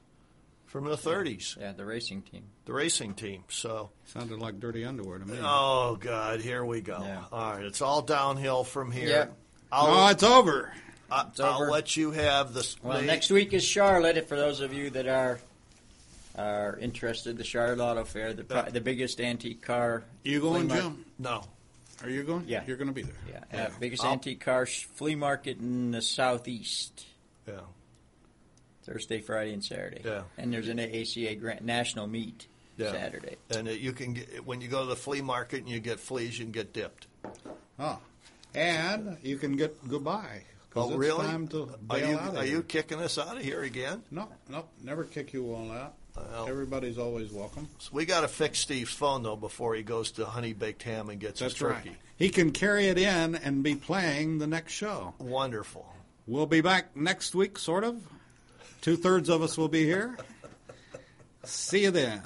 Speaker 5: from the 30s,
Speaker 4: Yeah, the racing team.
Speaker 5: the racing team. So,
Speaker 3: Sounded like dirty underwear to me.
Speaker 5: oh, God, here we go.
Speaker 4: Yeah.
Speaker 5: All right, it's all downhill from here.
Speaker 4: Yeah.
Speaker 5: I'll,
Speaker 3: no, it's over.
Speaker 5: I,
Speaker 4: it's
Speaker 5: will
Speaker 4: over.
Speaker 5: let you have the.
Speaker 4: Well,
Speaker 5: the-
Speaker 4: next week is Charlotte. If for those of you that are are interested, the Charlotte Auto Fair, the pri- the biggest antique car.
Speaker 3: You going,
Speaker 4: flea mar-
Speaker 3: Jim?
Speaker 5: No.
Speaker 3: Are you going?
Speaker 4: Yeah.
Speaker 3: You're going to be there. Oh.
Speaker 4: Yeah, uh, biggest antique car sh- flea market in the southeast.
Speaker 5: Yeah.
Speaker 4: Thursday, Friday, and Saturday.
Speaker 5: Yeah.
Speaker 4: And there's an ACA grant national meet
Speaker 5: Yeah.
Speaker 4: Saturday.
Speaker 5: And it, you can get, when you go to the flea market and you get fleas, you can get dipped.
Speaker 3: Oh. And you can get goodbye. 'cause
Speaker 5: Oh,
Speaker 3: it's
Speaker 5: really?
Speaker 3: time to
Speaker 5: are
Speaker 3: bail
Speaker 5: you
Speaker 3: out of
Speaker 5: are
Speaker 3: here.
Speaker 5: you kicking us out of here again?
Speaker 3: No, no, never kick you all out.
Speaker 5: Well.
Speaker 3: Everybody's always welcome.
Speaker 5: So we got to fix Steve's phone though before he goes to Honey Baked Ham and gets his turkey.
Speaker 3: He can carry it in and be playing the next show.
Speaker 5: Wonderful.
Speaker 3: We'll be back next week, sort of. Two thirds of us will be here. See you then.